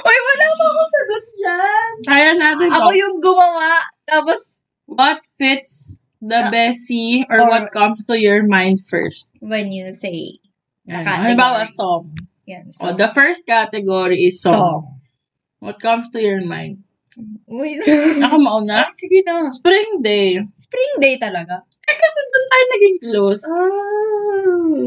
[SPEAKER 2] Uy, wala pa akong sagot dyan.
[SPEAKER 1] Kaya natin to.
[SPEAKER 2] Ako yung gumawa. Tapos,
[SPEAKER 1] What fits the
[SPEAKER 2] Ah.
[SPEAKER 1] bestie or,
[SPEAKER 2] Or-
[SPEAKER 1] what comes to your mind first?
[SPEAKER 2] when you say,
[SPEAKER 1] Ayan.
[SPEAKER 2] Category.
[SPEAKER 1] Halimbawa, song.
[SPEAKER 2] yan,
[SPEAKER 1] So, Oh, the first category is song. What comes to your mind?
[SPEAKER 2] Wait.
[SPEAKER 1] Ako mauna.
[SPEAKER 2] Ah, Sige na.
[SPEAKER 1] Spring Day.
[SPEAKER 2] Spring day talaga.
[SPEAKER 1] Eh, kasi doon tayo naging
[SPEAKER 2] Ah.
[SPEAKER 1] close.
[SPEAKER 2] Oh.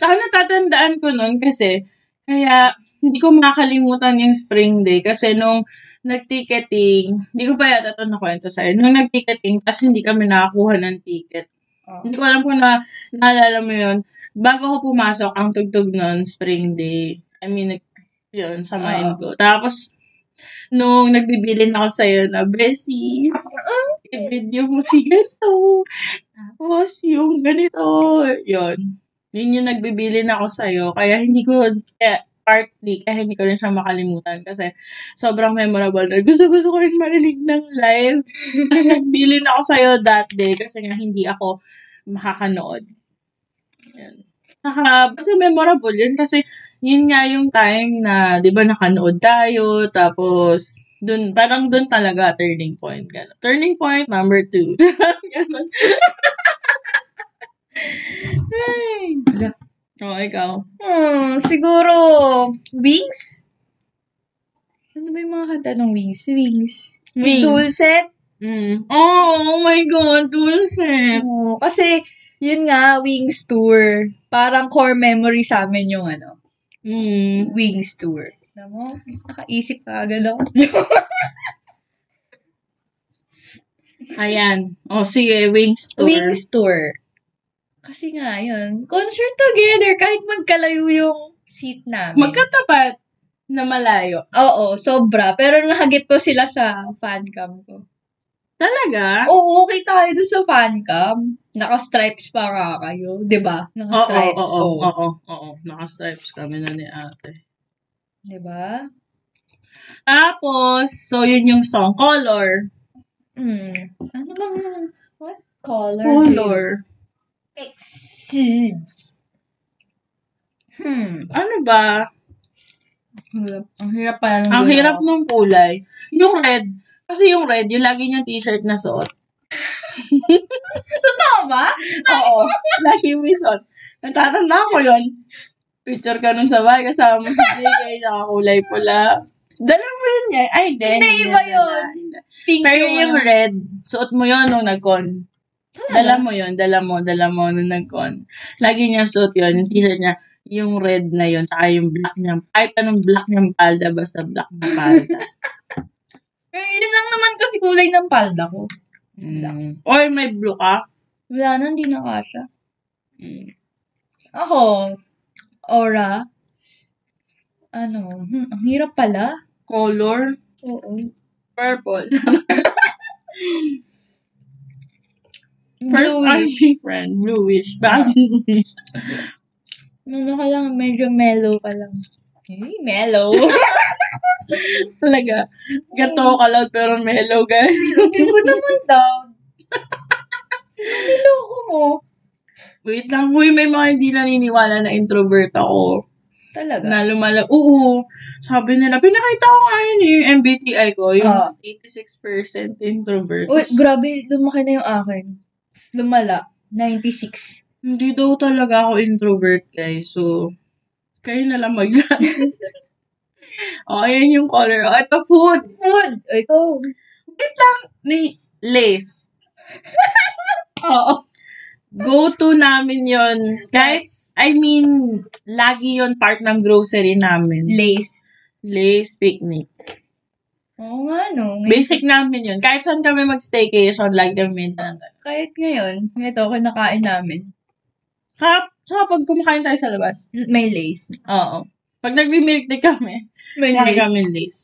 [SPEAKER 1] Tsaka natatandaan ko nun kasi, kaya hindi ko makakalimutan yung spring day kasi nung nag-ticketing, hindi ko pa yata ito nakwento sa'yo, nung nag-ticketing, tapos hindi kami nakakuha ng ticket.
[SPEAKER 2] Oh.
[SPEAKER 1] Hindi ko alam kung na, naalala mo yun, bago ko pumasok ang tugtog nun, spring day. I mean, nag- yun, sa mind ko. Tapos, nung nagbibilin ako sa'yo na, Bessie, i-video mo si ganito. Tapos, yung ganito. Yun. Yun yung nagbibili na ako sa'yo. Kaya hindi ko, kaya partly, kaya hindi ko rin siya makalimutan. Kasi sobrang memorable. na. Gusto-gusto ko rin marinig ng live. Tapos nagbili na ako sa'yo that day. Kasi nga hindi ako makakanood. Yan. Saka, basta memorable yun. Kasi yun nga yung time na, di ba, nakanood tayo. Tapos, dun, parang dun talaga turning point. Ganun. Turning point number two. ganun. Ay. Oh, ikaw.
[SPEAKER 2] Hmm, siguro, wings? Ano ba yung mga kanta ng wings? Wings.
[SPEAKER 1] Wings.
[SPEAKER 2] With Dulcet?
[SPEAKER 1] Mm. Oh, oh my God, Dulce.
[SPEAKER 2] Oo, kasi, yun nga, Wings Tour. Parang core memory sa amin yung ano,
[SPEAKER 1] Mm.
[SPEAKER 2] Wings Tour. Alam mo, nakaisip ka agad ako.
[SPEAKER 1] Ayan. Oh, sige, Wings Tour.
[SPEAKER 2] Wings Tour. Kasi nga, yun, concert together, kahit magkalayo yung seat namin.
[SPEAKER 1] Magkatapat na malayo.
[SPEAKER 2] Oo, sobra. Pero nakagip ko sila sa fan cam ko.
[SPEAKER 1] Talaga?
[SPEAKER 2] Oo, okay tayo doon sa fan cam. Naka-stripes pa nga kayo, di ba? Naka-stripes.
[SPEAKER 1] oo, oo,
[SPEAKER 2] oo.
[SPEAKER 1] oo, oo. Naka-stripes kami na ni ate.
[SPEAKER 2] Di ba?
[SPEAKER 1] Tapos, so yun yung song, Color.
[SPEAKER 2] Hmm. Ano bang, what? Color.
[SPEAKER 1] Color.
[SPEAKER 2] Exceeds. Hmm.
[SPEAKER 1] Ano ba?
[SPEAKER 2] Ang hirap, ang hirap pala ng
[SPEAKER 1] Ang
[SPEAKER 2] ginawa
[SPEAKER 1] hirap
[SPEAKER 2] ko.
[SPEAKER 1] nung kulay. Yung red, kasi yung red, yung lagi niyang t-shirt na suot.
[SPEAKER 2] Totoo ba?
[SPEAKER 1] Oo, lagi may suot. Natatanda ko yun. Picture ka nun sa bahay, kasama mo si JK, nakakulay pula. Dalawa mo yun nga. Ay, hindi.
[SPEAKER 2] Hindi, iba yun.
[SPEAKER 1] hindi.
[SPEAKER 2] Pink
[SPEAKER 1] Pero yung
[SPEAKER 2] ano.
[SPEAKER 1] red, suot mo yun nung nag-con.
[SPEAKER 2] Talaga?
[SPEAKER 1] Dala mo yun, dala mo, dala mo nung nag-con. Lagi niya suot yun, yung t-shirt niya, yung red na yun, tsaka yung black niya. Kahit anong black niyang palda, basta black na palda.
[SPEAKER 2] Pero yun lang naman kasi kulay ng palda ko.
[SPEAKER 1] mm. Oy, may blue ka?
[SPEAKER 2] Wala na, hindi na kasha.
[SPEAKER 1] Mm.
[SPEAKER 2] Ako, aura. Ano, hmm, ang hirap pala.
[SPEAKER 1] Color?
[SPEAKER 2] Oo.
[SPEAKER 1] Purple. First
[SPEAKER 2] Bluish.
[SPEAKER 1] Bluish. friend. Bluish. Bakit bluish?
[SPEAKER 2] Ano ka lang, medyo mellow ka lang. Hey, mellow?
[SPEAKER 1] Talaga. Ganto ako kalaw pero mellow, guys.
[SPEAKER 2] Hindi ko naman daw. Niloko mo.
[SPEAKER 1] Wait lang. Uy, may mga hindi naniniwala na introvert ako.
[SPEAKER 2] Talaga.
[SPEAKER 1] Na lumala. Oo. Sabi nila, pinakita ko nga yun eh, yung MBTI ko. Yung
[SPEAKER 2] Ah.
[SPEAKER 1] 86% introvert.
[SPEAKER 2] Uy, grabe, lumaki na yung akin. Lumala. 96.
[SPEAKER 1] hindi daw talaga ako introvert, guys. So, kayo na lang mag O, ayan yung color. O, ito food.
[SPEAKER 2] Food! Uy, ikaw.
[SPEAKER 1] Wait lang. Ni Lace.
[SPEAKER 2] Oo.
[SPEAKER 1] go-to namin yon. Kahit, I mean, lagi yon part ng grocery namin.
[SPEAKER 2] Lace.
[SPEAKER 1] Lace picnic.
[SPEAKER 2] Oo nga, no. Ngayon,
[SPEAKER 1] Basic namin yon. Kahit saan kami mag-staycation, lagi kami ng
[SPEAKER 2] kahit ngayon, ito, kinakain namin.
[SPEAKER 1] Kap, so pag kumakain tayo sa labas.
[SPEAKER 2] May lace.
[SPEAKER 1] Oo. Pag nagbi-milk tea kami,
[SPEAKER 2] May
[SPEAKER 1] lagi
[SPEAKER 2] lace.
[SPEAKER 1] kami lace.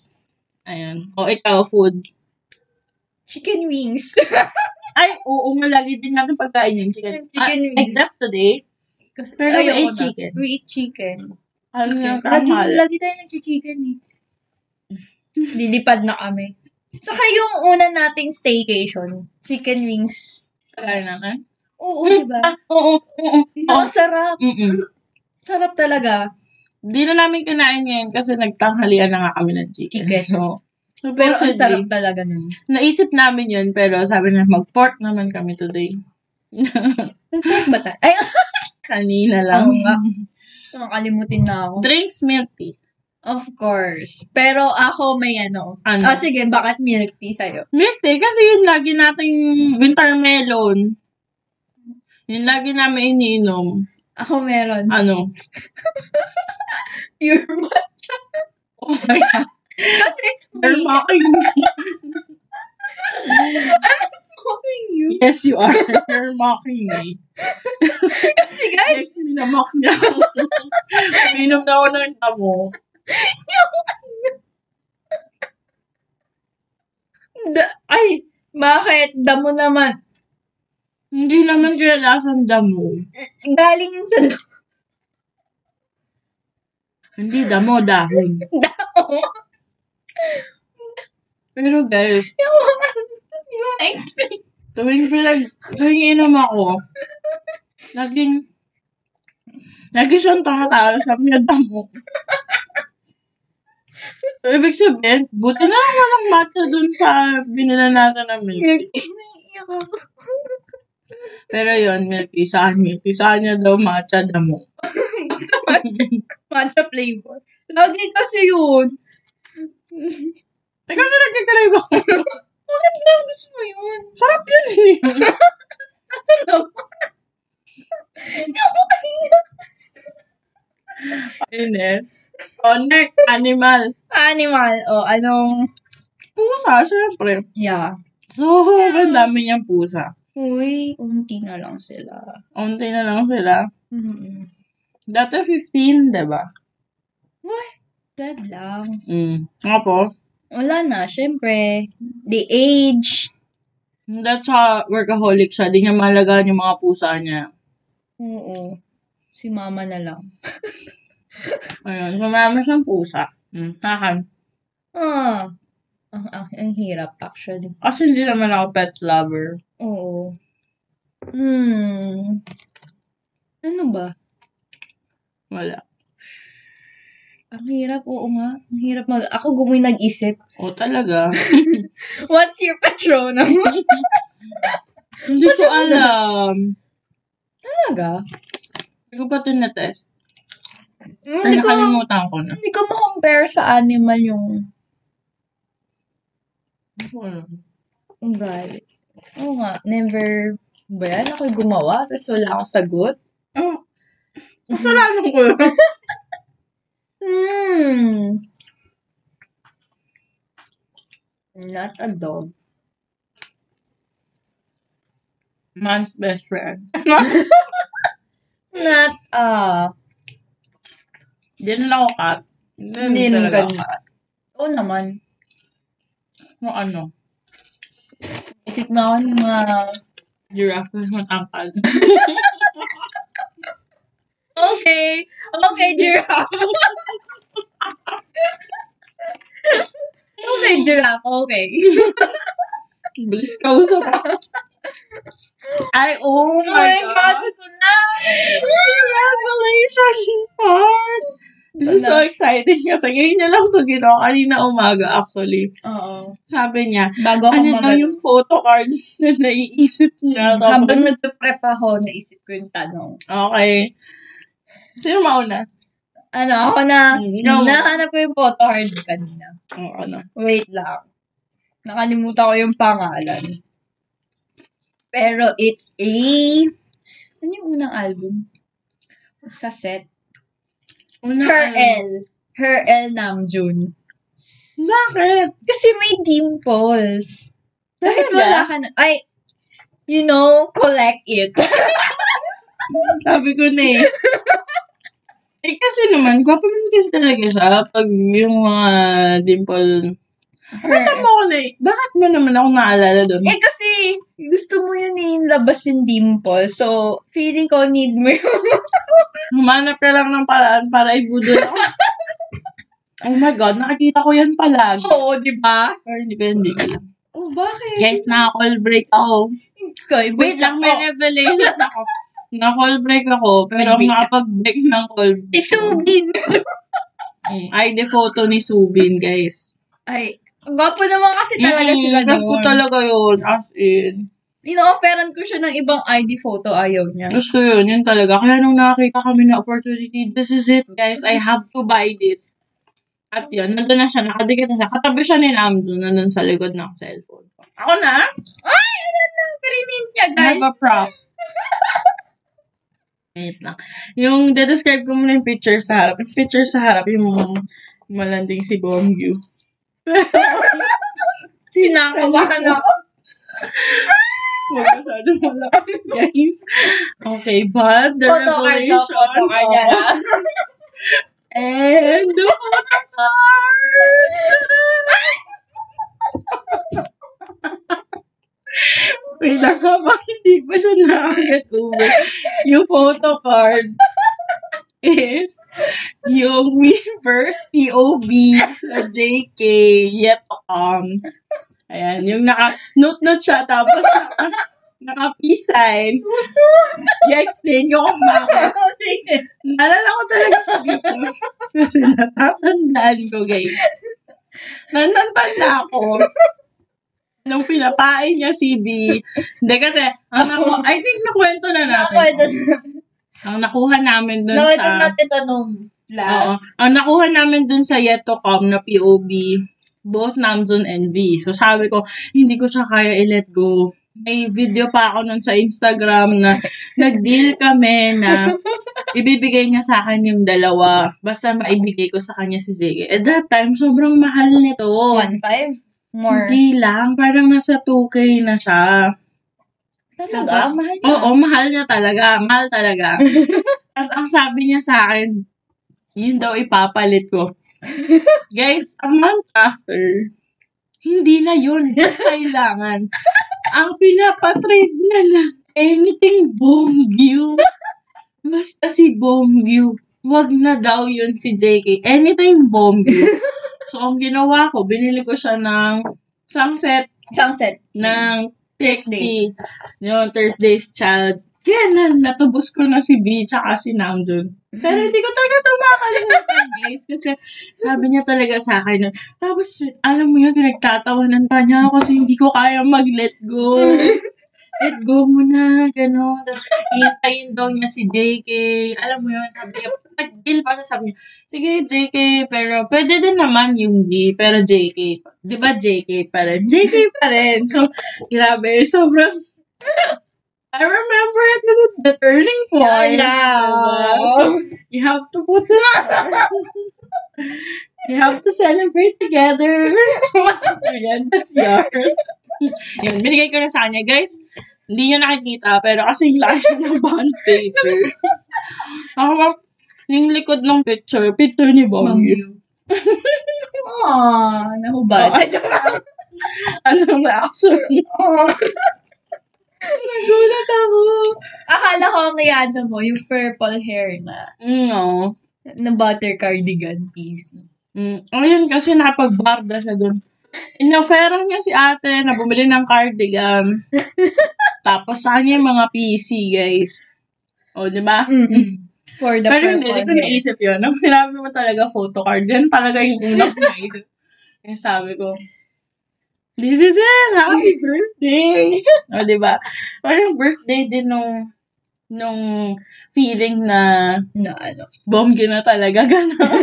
[SPEAKER 1] Ayan. O, ikaw, food.
[SPEAKER 2] Chicken wings.
[SPEAKER 1] Ay, oo nga, lagi din natin pagkain yun. Chicken.
[SPEAKER 2] Yung chicken
[SPEAKER 1] Ah,
[SPEAKER 2] wings.
[SPEAKER 1] except today,
[SPEAKER 2] Kasi
[SPEAKER 1] Pero we
[SPEAKER 2] ayoko
[SPEAKER 1] ate
[SPEAKER 2] na.
[SPEAKER 1] chicken.
[SPEAKER 2] We eat chicken.
[SPEAKER 1] ano yung
[SPEAKER 2] Chicken. Lagi,
[SPEAKER 1] kakala?
[SPEAKER 2] lagi tayo nag-chicken eh. Lilipad na kami. Saka yung una nating staycation, chicken wings.
[SPEAKER 1] Pagkain namin?
[SPEAKER 2] Oo, diba? di ba?
[SPEAKER 1] Ah, oo, oo, oo.
[SPEAKER 2] Ang sarap.
[SPEAKER 1] Mm-mm.
[SPEAKER 2] Sarap talaga.
[SPEAKER 1] Di na namin kinain ngayon kasi nagtanghalian na nga kami ng chicken.
[SPEAKER 2] Chicken.
[SPEAKER 1] So, so
[SPEAKER 2] Pero ang
[SPEAKER 1] possibly,
[SPEAKER 2] sarap talaga nun.
[SPEAKER 1] Naisip namin yun, pero sabi na mag-fork naman kami today.
[SPEAKER 2] Nag-fork ba tayo? Ay,
[SPEAKER 1] Kanina lang.
[SPEAKER 2] oo nga. Nakalimutin na ako.
[SPEAKER 1] Drinks, milk tea.
[SPEAKER 2] Of course. Pero ako may ano.
[SPEAKER 1] Ano?
[SPEAKER 2] Ah, sige, bakit milk tea sa'yo?
[SPEAKER 1] Milk tea, kasi yun lagi nating winter melon. Yung lagi namin iniinom,
[SPEAKER 2] Ako meron.
[SPEAKER 1] ano,
[SPEAKER 2] Pure matcha.
[SPEAKER 1] oh my God,
[SPEAKER 2] Kasi,
[SPEAKER 1] you're mocking me.
[SPEAKER 2] mocking you.
[SPEAKER 1] Yes, you are. You're mocking me.
[SPEAKER 2] Kasi guys,
[SPEAKER 1] Yes, minamock niya ako. Uminom na ako ng damo.
[SPEAKER 2] ano. da- ay, bakit? Damo naman.
[SPEAKER 1] Hindi naman kaya lasang damo.
[SPEAKER 2] Galing yun sa
[SPEAKER 1] Hindi damo, dahon.
[SPEAKER 2] dao.
[SPEAKER 1] Pero guys,
[SPEAKER 2] Yung mga, yung mga explain.
[SPEAKER 1] tuwing pinag, tuwing inom ako, naging, naging siyang tumatalo sa mga damo. So, ibig sabihin, buti na lang walang mata dun sa binila natin na milk.
[SPEAKER 2] Naiiyak ako.
[SPEAKER 1] Pero yun, milk tea sa akin. Milk tea sa akin niya daw matcha damo.
[SPEAKER 2] Gusto matcha. Matcha flavor. Lagi kasi yun.
[SPEAKER 1] Teka, sila nagkakaroon ko.
[SPEAKER 2] Bakit ba gusto mo yun?
[SPEAKER 1] Sarap yun eh.
[SPEAKER 2] Nasa naman.
[SPEAKER 1] Ayun eh. So, next, animal.
[SPEAKER 2] Animal. O, anong...
[SPEAKER 1] Pusa, syempre.
[SPEAKER 2] Yeah.
[SPEAKER 1] So, ang dami niyang pusa.
[SPEAKER 2] Uy, unti na lang sila. Mm-hmm.
[SPEAKER 1] Unti na lang sila.
[SPEAKER 2] Mm-mm.
[SPEAKER 1] Dati 15, di ba?
[SPEAKER 2] Uy, bad lang.
[SPEAKER 1] Mm. Nga po.
[SPEAKER 2] Wala na, syempre. The age.
[SPEAKER 1] That's how workaholic siya. Di niya malagaan yung mga pusa niya.
[SPEAKER 2] Oo. Si mama na lang.
[SPEAKER 1] Ayun. So, marami siyang pusa. Mm. Akin.
[SPEAKER 2] Ah. Ang, ang, ang hirap actually.
[SPEAKER 1] Kasi hindi naman ako pet lover.
[SPEAKER 2] Oo. Hmm. Ano ba?
[SPEAKER 1] Wala.
[SPEAKER 2] Ang hirap, oo nga. Ang hirap mag... Ako gumoy nag-isip.
[SPEAKER 1] O talaga.
[SPEAKER 2] What's your patronum?
[SPEAKER 1] hindi ko
[SPEAKER 2] What's your
[SPEAKER 1] alam.
[SPEAKER 2] Talaga?
[SPEAKER 1] Hindi ko pa tinetest.
[SPEAKER 2] Hmm, Hindi
[SPEAKER 1] Ay,
[SPEAKER 2] ko,
[SPEAKER 1] nakalimutan ko na.
[SPEAKER 2] hindi ko makompare sa animal yung
[SPEAKER 1] Hindi ko alam.
[SPEAKER 2] ugali. Oo nga, never... Ba yan? Ako'y gumawa, tapos wala akong sagot.
[SPEAKER 1] Oh. Kasalanan ko yun.
[SPEAKER 2] Hmm. Not a dog.
[SPEAKER 1] Man's best friend.
[SPEAKER 2] Not a...
[SPEAKER 1] Hmm, Hindi nila ako cat.
[SPEAKER 2] Hindi
[SPEAKER 1] nila
[SPEAKER 2] nila
[SPEAKER 1] talaga
[SPEAKER 2] ganun.
[SPEAKER 1] cat.
[SPEAKER 2] Oo naman.
[SPEAKER 1] Kung ano.
[SPEAKER 2] Isip na ako ng mga...
[SPEAKER 1] Giraffe na matangkad.
[SPEAKER 2] Okay. Okay, giraffe. okay, giraffe. Okay.
[SPEAKER 1] Bilis ka usap. Ay, oh my
[SPEAKER 2] Ay,
[SPEAKER 1] God.
[SPEAKER 2] bakit ko na?
[SPEAKER 1] Revelation part! This is so
[SPEAKER 2] Wala.
[SPEAKER 1] exciting kasi ngayon niya lang ito ginawa. Kanina umaga actually.
[SPEAKER 2] Oo.
[SPEAKER 1] Sabi niya,
[SPEAKER 2] Bago ako
[SPEAKER 1] ano daw
[SPEAKER 2] mag-
[SPEAKER 1] yung photo card na naiisip niya.
[SPEAKER 2] Habang
[SPEAKER 1] Tapos,
[SPEAKER 2] nagpe-prep ako, naisip ko yung tanong.
[SPEAKER 1] okay. Sino mauna?
[SPEAKER 2] Ano, ako na,
[SPEAKER 1] Ikaw.
[SPEAKER 2] nahanap ko yung photo card kanina.
[SPEAKER 1] Oo, ano?
[SPEAKER 2] Wait lang. Nakalimutan ko yung pangalan. Pero it's a... Ano yung unang album? Sa set?
[SPEAKER 1] Una,
[SPEAKER 2] Her
[SPEAKER 1] ano?
[SPEAKER 2] L. Her L Namjoon.
[SPEAKER 1] Bakit?
[SPEAKER 2] Kasi may dimples. Kahit
[SPEAKER 1] Talaga?
[SPEAKER 2] wala ka na, ay, you know, collect it.
[SPEAKER 1] Sabi ko na eh. eh kasi naman, gwapo naman kasi talaga siya pag yung mga dimple Bakit mo ako
[SPEAKER 2] Her-
[SPEAKER 1] na Bakit mo naman ako naalala doon?
[SPEAKER 2] eh kasi, gusto mo yun eh, labas yung dimple. So, feeling ko need mo yun.
[SPEAKER 1] Humanap ka lang ng paraan para ibudol ako. oh my God, nakikita ko yan palagi.
[SPEAKER 2] Oo, di ba?
[SPEAKER 1] Pero hindi ko yan di.
[SPEAKER 2] Oh, bakit?
[SPEAKER 1] Guys, na-call break ako.
[SPEAKER 2] Ikaw,
[SPEAKER 1] Wait lang, may revelation ako. Na-call break ako, pero ang
[SPEAKER 2] Nag-break ka.
[SPEAKER 1] nakapag-break ng call
[SPEAKER 2] Oh,
[SPEAKER 1] break.
[SPEAKER 2] Isubin. Eh.
[SPEAKER 1] Mm, ID photo ni Subin, guys.
[SPEAKER 2] Ay, ang gwapo naman kasi talaga
[SPEAKER 1] Mm,
[SPEAKER 2] sila
[SPEAKER 1] crush ko
[SPEAKER 2] doon.
[SPEAKER 1] talaga yun, as in.
[SPEAKER 2] Ino-offeran ko siya ng ibang ID photo, ayaw niya.
[SPEAKER 1] Gusto ko yun, yun talaga. Kaya nung nakakita kami na opportunity, this is it, guys. I have to buy this. At yun, nandun na siya, nakadikit na siya. Katabi siya ni Namjoon, nandun sa likod ng cellphone. ko. Ako na,
[SPEAKER 2] Ay, ano na, karinin ano niya,
[SPEAKER 1] I
[SPEAKER 2] guys.
[SPEAKER 1] have a prop. Wait lang. Yung describe ko muna yung picture sa harap. Yung picture sa harap, yung malanding si Bongyu.
[SPEAKER 2] Kinakabahan ako.
[SPEAKER 1] Huwag masyado malakas, guys. Okay, but the
[SPEAKER 2] Photo card
[SPEAKER 1] revelation
[SPEAKER 2] daw, photo card yan ah.
[SPEAKER 1] And the photo card! Wait lang ka, bakit hindi pa siya nakakit over? Yung photo card is yung Weverse POV sa JK yet um ayan yung naka note note siya tapos naka, naka peace sign i-explain ko kung bakit
[SPEAKER 2] Oh, Sige.
[SPEAKER 1] Naalala ko talaga siya dito. Kasi natatandaan ko, guys. Nanantanda ako. Nung pinapain niya si B. Hindi kasi, ang naku- I think nakwento na
[SPEAKER 2] Ako ito.
[SPEAKER 1] natin. Ang nakuha namin dun
[SPEAKER 2] No, ito
[SPEAKER 1] sa...
[SPEAKER 2] natin tanong.
[SPEAKER 1] Oo.
[SPEAKER 2] Last.
[SPEAKER 1] Ang nakuha namin dun sa Yetocom na POB, both Namjoon and V. So sabi ko, hindi ko siya kaya i-let go. May video pa ako nun sa Instagram na nag-deal kami na ibibigay niya sa akin yung dalawa. Basta maibigay ko sa kanya si Ziggy. At that time, sobrang mahal nito.
[SPEAKER 2] 1.5? More.
[SPEAKER 1] Hindi lang. Parang nasa 2K na siya.
[SPEAKER 2] Talaga? Mahal niya.
[SPEAKER 1] Oo, mahal niya talaga. Mahal talaga. Tapos ang sabi niya sa akin, yun daw ipapalit ko. Guys, a month after, hindi na yun. Kailangan. ang pinapatrade na lang, anything Bongyu. Basta si Bongyu. Wag na daw yun si JK. Anything Bongyu. So, ang ginawa ko, binili ko siya ng sunset
[SPEAKER 2] Isang set.
[SPEAKER 1] ng Thursday.
[SPEAKER 2] Thursdays.
[SPEAKER 1] Yung Thursday's Child. Kaya na, natubos ko na si B tsaka si Namjoon. Pero hindi ko talaga ito makakalimutan, guys. Kasi sabi niya talaga sa akin. nun- Tapos, alam mo yun, nagtatawanan pa niya ako kasi hindi ko kaya mag-let go. Let go mo na, gano'n. Tapos, hintayin daw niya si JK. Alam mo yun, sabi niya, nag-deal pa siya, sabi niya, sige, JK, pero pwede din naman yung D, pero JK. Di ba JK pa rin? JK pa rin. So, grabe, sobrang, I remember it because it's the turning point. Diba? So, You have to put this. you have to celebrate together. Ayan, that's yours. Yun, binigay ko na sa kanya. Guys, hindi niya nakikita, pero kasi yung lakas niya ng bond paper. Ako, ma'am, yung likod ng picture, picture ni Bongi.
[SPEAKER 2] Bongyu. Aww, nahubad.
[SPEAKER 1] Oo. Anong reaction?
[SPEAKER 2] Oh,
[SPEAKER 1] Nagulat ako.
[SPEAKER 2] akala ko may ano mo, yung purple hair na,
[SPEAKER 1] No.
[SPEAKER 2] na butter cardigan piece.
[SPEAKER 1] Mm, ayun kasi nakapagbarda siya dun. Inoferan niya si ate na bumili ng cardigan. Tapos sa kanya yung mga PC, guys. O, di ba?
[SPEAKER 2] Mm-mm. For the
[SPEAKER 1] Pero hindi,
[SPEAKER 2] purple
[SPEAKER 1] hindi ko
[SPEAKER 2] hair.
[SPEAKER 1] naisip yun. Nung sinabi mo talaga photo card, yan talaga yung unang ko naisip. Yung sabi ko, this is it! Happy birthday! o, di ba? Parang birthday din nung nung feeling na
[SPEAKER 2] Na ano.
[SPEAKER 1] bomb na talaga. Ganon.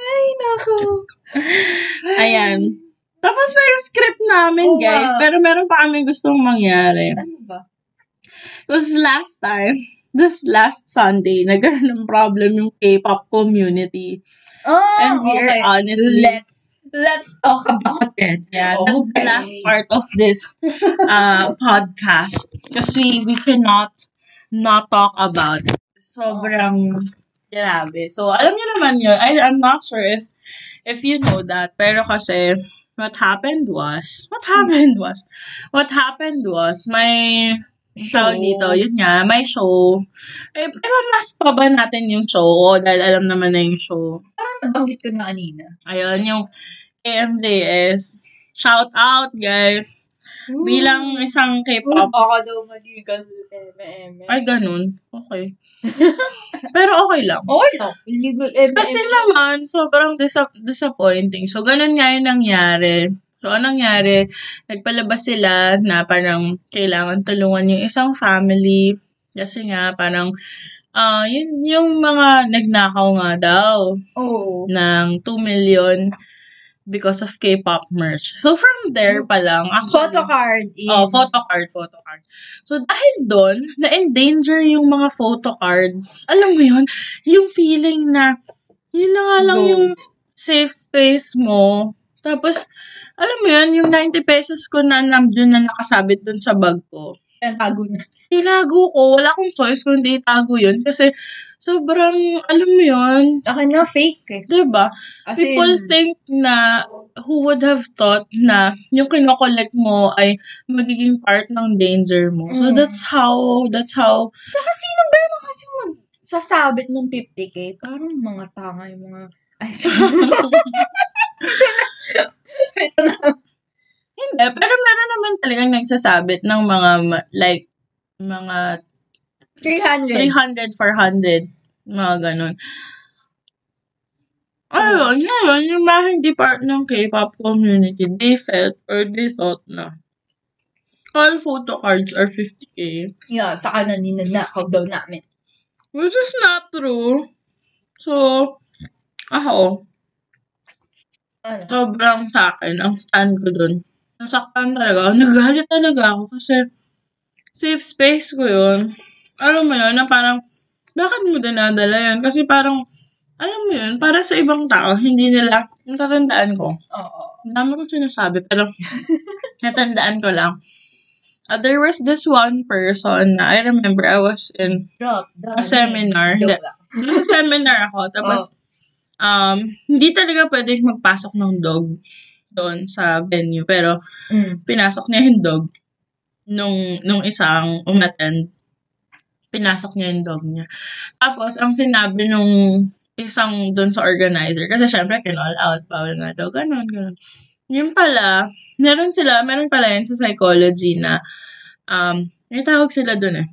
[SPEAKER 2] Ay, naku.
[SPEAKER 1] Ayan. Tapos na yung script namin,
[SPEAKER 2] Oo
[SPEAKER 1] guys.
[SPEAKER 2] nga.
[SPEAKER 1] Pero meron pa kami gustong mangyari.
[SPEAKER 2] Ano ba?
[SPEAKER 1] Because last time, this last Sunday, nagkaroon ng problem yung K-pop community.
[SPEAKER 2] Oh,
[SPEAKER 1] And we are
[SPEAKER 2] okay.
[SPEAKER 1] honestly-
[SPEAKER 2] Let's, let's talk about it.
[SPEAKER 1] Yeah, that's the
[SPEAKER 2] Okay.
[SPEAKER 1] last part of this uh, podcast. Because we, we cannot not talk about it. Sobrang grabe. So, alam niyo naman yun. I, I'm not sure if if you know that. Pero kasi, what happened was, what happened was, what happened was, my tawag dito, yun nga, may show. Eh, eh, mas pa ba natin yung show? O, dahil alam naman na yung show.
[SPEAKER 2] Nabanggit ko na kanina.
[SPEAKER 1] Ayun, yung KMJS. Shout out, guys. Bilang isang
[SPEAKER 2] Ooh,
[SPEAKER 1] K-pop.
[SPEAKER 2] Baka daw maligal MMM.
[SPEAKER 1] Ay, ganun. Okay. Pero okay lang.
[SPEAKER 2] Okay lang. Illegal MMM.
[SPEAKER 1] Kasi naman, sobrang disa- disappointing. So, ganun nga yung nangyari. So, anong nangyari? Nagpalabas sila na parang kailangan tulungan yung isang family. Kasi nga, parang, ah yun,
[SPEAKER 2] Oh.
[SPEAKER 1] yung mga nagnakaw nga daw
[SPEAKER 2] Oo.
[SPEAKER 1] ng 2 million because of K-pop merch. So from there pa lang, actually,
[SPEAKER 2] Oh, Photo card is...
[SPEAKER 1] Oh, photo card, photo card. So, dahil doon, na-endanger yung mga photo cards. Alam mo yun? Yung feeling na, yun na nga lang
[SPEAKER 2] Go.
[SPEAKER 1] yung safe space mo. Tapos, alam mo yun, yung 90 pesos ko na nandiyon na nakasabit doon sa bag ko.
[SPEAKER 2] Yan, tago na.
[SPEAKER 1] Tinago ko. Wala akong choice kundi itago yun. Kasi, sobrang, alam mo yun, diba?
[SPEAKER 2] Akin na fake eh.
[SPEAKER 1] 'di ba?
[SPEAKER 2] As
[SPEAKER 1] people
[SPEAKER 2] in,
[SPEAKER 1] think na who would have thought na yung kinokollect mo ay magiging part ng danger mo. So
[SPEAKER 2] Mm.
[SPEAKER 1] that's how that's how
[SPEAKER 2] Saka sino ba naman kasi magsasabit ng 50k? Parang mga tanga yung mga... Ay, sorry.
[SPEAKER 1] hindi pero meron naman talagang nagsasabit ng mga ma- like mga
[SPEAKER 2] 300.
[SPEAKER 1] 300 400 mga ganun. Ano Ayun, ngayon, yung mga hindi part ng K-pop community, they felt or they thought na all photo cards are 50k.
[SPEAKER 2] Yeah, saka na ninanakaw daw namin.
[SPEAKER 1] Which is not true. So, ako,
[SPEAKER 2] Ano?
[SPEAKER 1] sobrang sa akin, ang stand ko dun. Nasaktan talaga. ako. Nagalit talaga ako kasi safe space ko yun. Alam mo yun, na parang, bakit mo dinadala yun? Kasi parang, alam mo yun, para sa ibang tao, hindi nila, natatandaan ko.
[SPEAKER 2] Oo.
[SPEAKER 1] Ang dami kong sinasabi, pero natandaan ko lang. Uh, there was this one person na I remember I was in
[SPEAKER 2] Drop the...
[SPEAKER 1] A seminar.
[SPEAKER 2] Joke
[SPEAKER 1] Hindi.
[SPEAKER 2] lang.
[SPEAKER 1] Nasa seminar ako. Tapos, um, hindi talaga pwedeng magpasok ng dog doon sa venue. Pero,
[SPEAKER 2] Mm.
[SPEAKER 1] pinasok niya yung dog nung, nung isang umattend. Pinasok niya yung dog niya. Tapos, ang sinabi nung isang doon sa organizer, kasi syempre, kinall out, bawal nga daw, ganun, ganun. Yun pala, meron sila, meron pala yun sa psychology na, um, may tawag sila doon eh,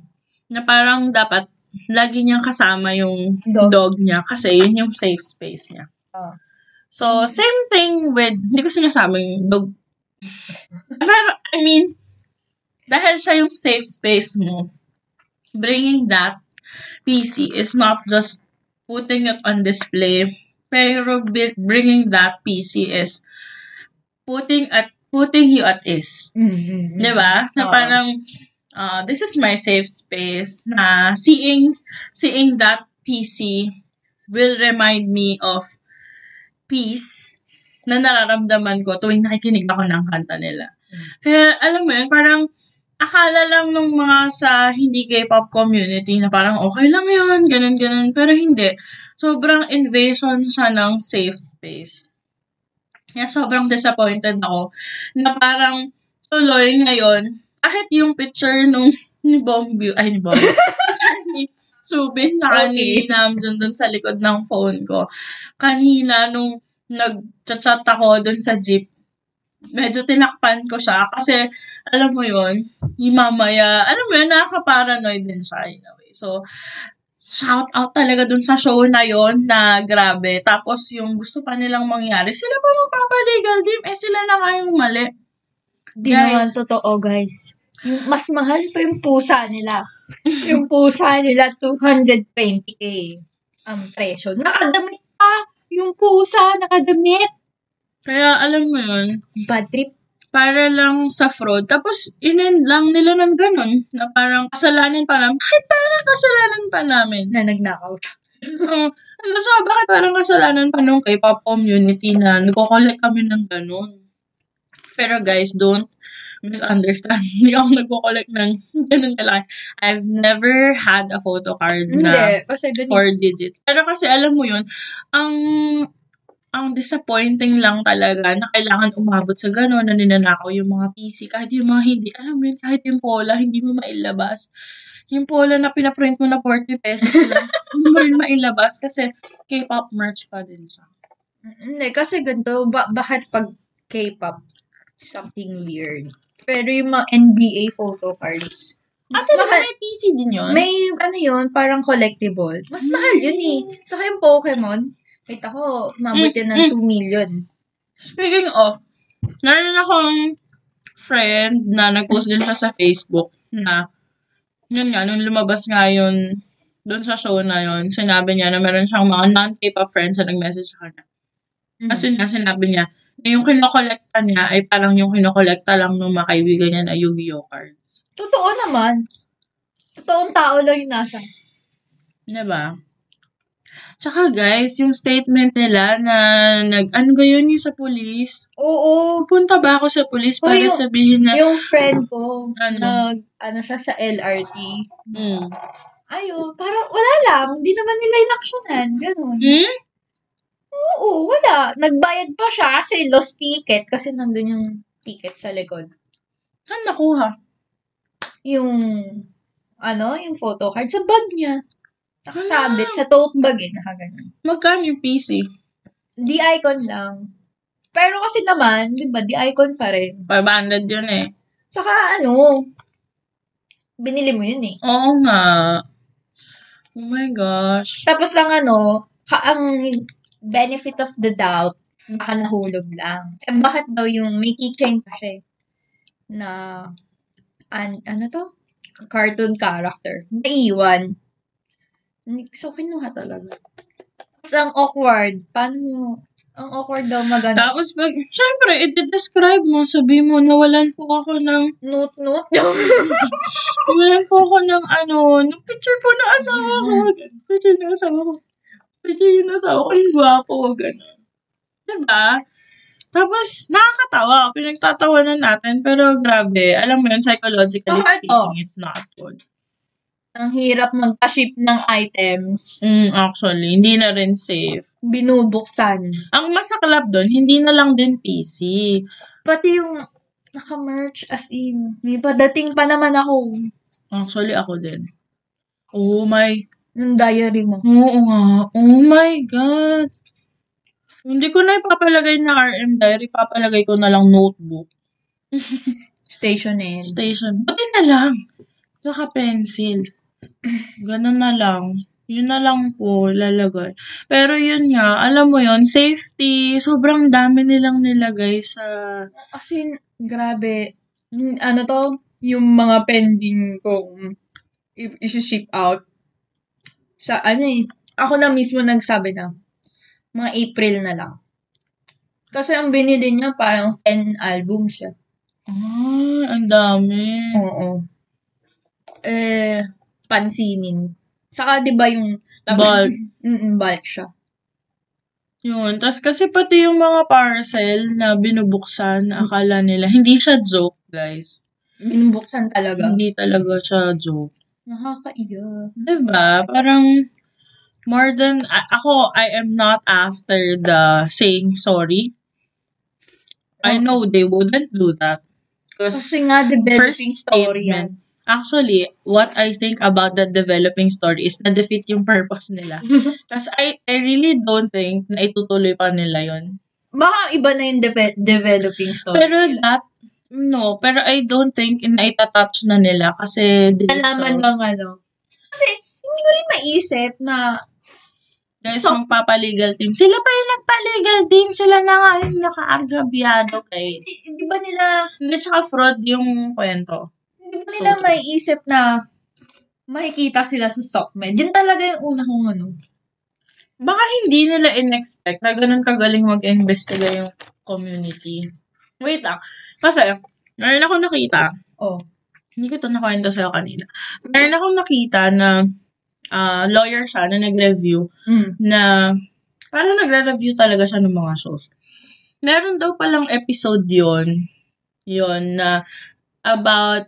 [SPEAKER 1] na parang dapat lagi niyang kasama yung
[SPEAKER 2] Dog.
[SPEAKER 1] dog niya kasi yun yung safe space niya.
[SPEAKER 2] Ah.
[SPEAKER 1] So, same thing with, hindi ko sinasabing dog. Pero, I mean, dahil siya yung safe space mo, bringing that PC is not just putting it on display, pero bi- bringing that PC is putting at putting you at ease.
[SPEAKER 2] Mm-hmm.
[SPEAKER 1] Di ba? Diba? Na
[SPEAKER 2] Oo.
[SPEAKER 1] parang, uh, this is my safe space na seeing, seeing that PC will remind me of peace na nararamdaman ko tuwing nakikinig ako ng kanta nila.
[SPEAKER 2] Mm.
[SPEAKER 1] Kaya, alam mo yun, parang akala lang nung mga sa hindi K-pop community na parang okay lang yun, ganun, ganun. Pero hindi. Sobrang invasion siya ng safe space. Kaya sobrang disappointed ako na parang tuloy ngayon, kahit yung picture nung ni Bombu, ay ni Bombu, picture ni Subin sa ni
[SPEAKER 2] Okay.
[SPEAKER 1] Namjoon dun sa likod ng phone ko. Kanina nung nag-chat ako dun sa jeep, medyo tinakpan ko siya kasi alam mo yun, yung mamaya, alam mo yun, nakaka-paranoid din siya in a way. So, shout out talaga dun sa show na yon na grabe. Tapos yung gusto pa nilang mangyari, sila pa magpapaligal team, eh sila na nga yung mali.
[SPEAKER 2] Di
[SPEAKER 1] Guys.
[SPEAKER 2] naman totoo, guys. Yung mas mahal pa yung pusa nila. yung pusa nila, 220k ang presyo. Nakadamit pa yung pusa, nakadamit.
[SPEAKER 1] Kaya alam mo yun,
[SPEAKER 2] Bad trip.
[SPEAKER 1] para lang sa fraud. Tapos, inend lang nila ng ganun, na parang kasalanan pa namin. Bakit parang kasalanan pa namin?
[SPEAKER 2] na nagnakaw.
[SPEAKER 1] Oo. Ano sa bakit parang kasalanan pa nung K-pop community na nagko-collect kami ng ganun? Pero guys, don't misunderstand. Hindi ako nagko-collect ng ganun talaga. I've never had a photo card
[SPEAKER 2] Hindi,
[SPEAKER 1] na
[SPEAKER 2] kasi ganun.
[SPEAKER 1] four digits. Pero kasi alam mo yun, ang ang disappointing lang talaga na kailangan umabot sa gano'n na ninanakaw yung mga PC. Kahit yung mga hindi, alam mo yun, kahit yung pola, hindi mo mailabas. Yung pola na pinaprint mo na 40 pesos lang, hindi mo rin mailabas kasi K-pop merch pa din siya.
[SPEAKER 2] Hindi, kasi ganito. Ba- bakit pag K-pop, something weird. Pero yung mga NBA photo cards,
[SPEAKER 1] At
[SPEAKER 2] Mas mahal-
[SPEAKER 1] may PC din yun.
[SPEAKER 2] may ano yun, parang collectible. Mas mahal yun eh. Saka yung Pokemon, wait ako, umabot yan ng
[SPEAKER 1] Mm,
[SPEAKER 2] 2 million.
[SPEAKER 1] Speaking of, meron akong friend na nag-post din siya sa Facebook
[SPEAKER 2] Hmm.
[SPEAKER 1] na, yun nga, nung lumabas nga yun,
[SPEAKER 2] Hmm.
[SPEAKER 1] doon sa show na yun, sinabi niya na meron siyang mga non-K-pop friends na nag-message sa kanya. Kasi nga, sinabi niya, na yung kinokolekta niya ay parang yung kinokolekta lang ng mga kaibigan niya na Yu-Gi-Oh cards.
[SPEAKER 2] Totoo naman. Totoong tao lang yung nasa.
[SPEAKER 1] Diba? Tsaka guys, yung statement nila na nag, ano ba yun yung sa police?
[SPEAKER 2] Oo.
[SPEAKER 1] Pupunta ba ako sa police
[SPEAKER 2] Oh,
[SPEAKER 1] para
[SPEAKER 2] yung-
[SPEAKER 1] sabihin na,
[SPEAKER 2] Yung friend ko,
[SPEAKER 1] Ano?
[SPEAKER 2] nag, ano siya sa LRT.
[SPEAKER 1] hmm,
[SPEAKER 2] Ayo, parang wala lang. Hindi naman nila inaksyonan. Ganun.
[SPEAKER 1] hmm?
[SPEAKER 2] Oo, wala. Nagbayad pa siya kasi lost ticket kasi nandun yung ticket sa likod.
[SPEAKER 1] Saan nakuha?
[SPEAKER 2] Yung, ano, yung photo card sa bag niya. Nakasabit sa tote bag eh, nakaganyan.
[SPEAKER 1] Magkano yung PC?
[SPEAKER 2] Di icon lang. Pero kasi naman, di ba, di icon pa rin.
[SPEAKER 1] 500 yun eh.
[SPEAKER 2] Saka ano, binili mo yun eh.
[SPEAKER 1] Oo nga. Oh my gosh.
[SPEAKER 2] Tapos ang ano, ka- ang benefit of the doubt, baka nahulog lang. Eh, bakit daw yung may keychain pa siya eh, na, an, ano to? Cartoon character. Naiiwan. Hindi- So, kinuha talaga. Tapos ang awkward, paano, ang awkward daw magano,
[SPEAKER 1] Tapos, pag, syempre, i-describe mo, sabi mo, nawalan po ako ng,
[SPEAKER 2] nut-nut.
[SPEAKER 1] nawalan po ako ng ano, ng picture po ng asawa ko. Picture ng asawa ko. Picture yung asawa ko, yung gwapo, gano'n. Diba? Tapos, nakakatawa. Pinagtatawanan natin. Pero, grabe. Alam mo yun, psychologically
[SPEAKER 2] Bakit?
[SPEAKER 1] speaking, it's not good.
[SPEAKER 2] ang hirap magpa-ship ng items.
[SPEAKER 1] Mm, actually, hindi na rin safe.
[SPEAKER 2] Binubuksan.
[SPEAKER 1] Ang masaklap doon, hindi na lang din PC.
[SPEAKER 2] Pati yung naka-merch as in. May padating pa naman ako
[SPEAKER 1] Actually, ako din. Oh my.
[SPEAKER 2] ng diary mo.
[SPEAKER 1] Oo nga. Oh my God. Hindi ko na ipapalagay na RM diary. Papalagay ko na lang notebook.
[SPEAKER 2] Stationary.
[SPEAKER 1] Station. Buti na lang. Saka pencil. Ganun na lang. Yun na lang po lalagay. Pero yun nga, alam mo yun, safety, sobrang dami nilang nilagay sa...
[SPEAKER 2] As in, grabe. Yung Ano to? Yung mga pending kong i- isi-ship out. Sa ano eh. Ako na mismo nagsabi na. Mga April na lang. Kasi ang binili niya parang 10 albums siya.
[SPEAKER 1] Ay, ah, ang dami.
[SPEAKER 2] Oo. Eh, pansinin. Saka 'di ba yung
[SPEAKER 1] Bulk.
[SPEAKER 2] Mm, bulk siya.
[SPEAKER 1] Yun. Tapos kasi pati yung mga parcel na binubuksan, akala nila, hindi siya joke, guys.
[SPEAKER 2] Binubuksan talaga.
[SPEAKER 1] Hindi talaga siya joke.
[SPEAKER 2] Nakakaiyak.
[SPEAKER 1] Diba? Parang, more than, a- ako, I am not after the saying sorry. I know they wouldn't do that. Because,
[SPEAKER 2] Kasi nga developing
[SPEAKER 1] first
[SPEAKER 2] story yan.
[SPEAKER 1] statement, actually, what I think about that developing story is na-defeat yung purpose nila. Tapos, I, I really don't think na itutuloy pa nila yon
[SPEAKER 2] Baka iba na yung deve- developing story.
[SPEAKER 1] Pero that, no, pero I don't think na itatouch na nila kasi they
[SPEAKER 2] Nalaman
[SPEAKER 1] saw-
[SPEAKER 2] ng ano. Kasi hindi ko rin maisip na
[SPEAKER 1] guys,
[SPEAKER 2] so-
[SPEAKER 1] magpapaligal team. Sila pa yung nagpaligal team. Sila na nga yung nakaagabyado kay.
[SPEAKER 2] di, di ba nila
[SPEAKER 1] Hindi, tsaka fraud yung kwento.
[SPEAKER 2] di ba nila
[SPEAKER 1] So-
[SPEAKER 2] maiisip na makikita sila sa Sockmed. Yun talaga yung una kong ano.
[SPEAKER 1] Baka hindi nila in-expect na ganun kagaling mag-investiga yung community. Wait lang. Kasi, meron akong nakita.
[SPEAKER 2] Oh.
[SPEAKER 1] hindi ko ito nakwento sa'yo kanina. Meron akong nakita na ah, lawyer siya na nag-review
[SPEAKER 2] Mm.
[SPEAKER 1] na parang nagre-review talaga siya ng mga shows. Meron daw palang episode yon yon na about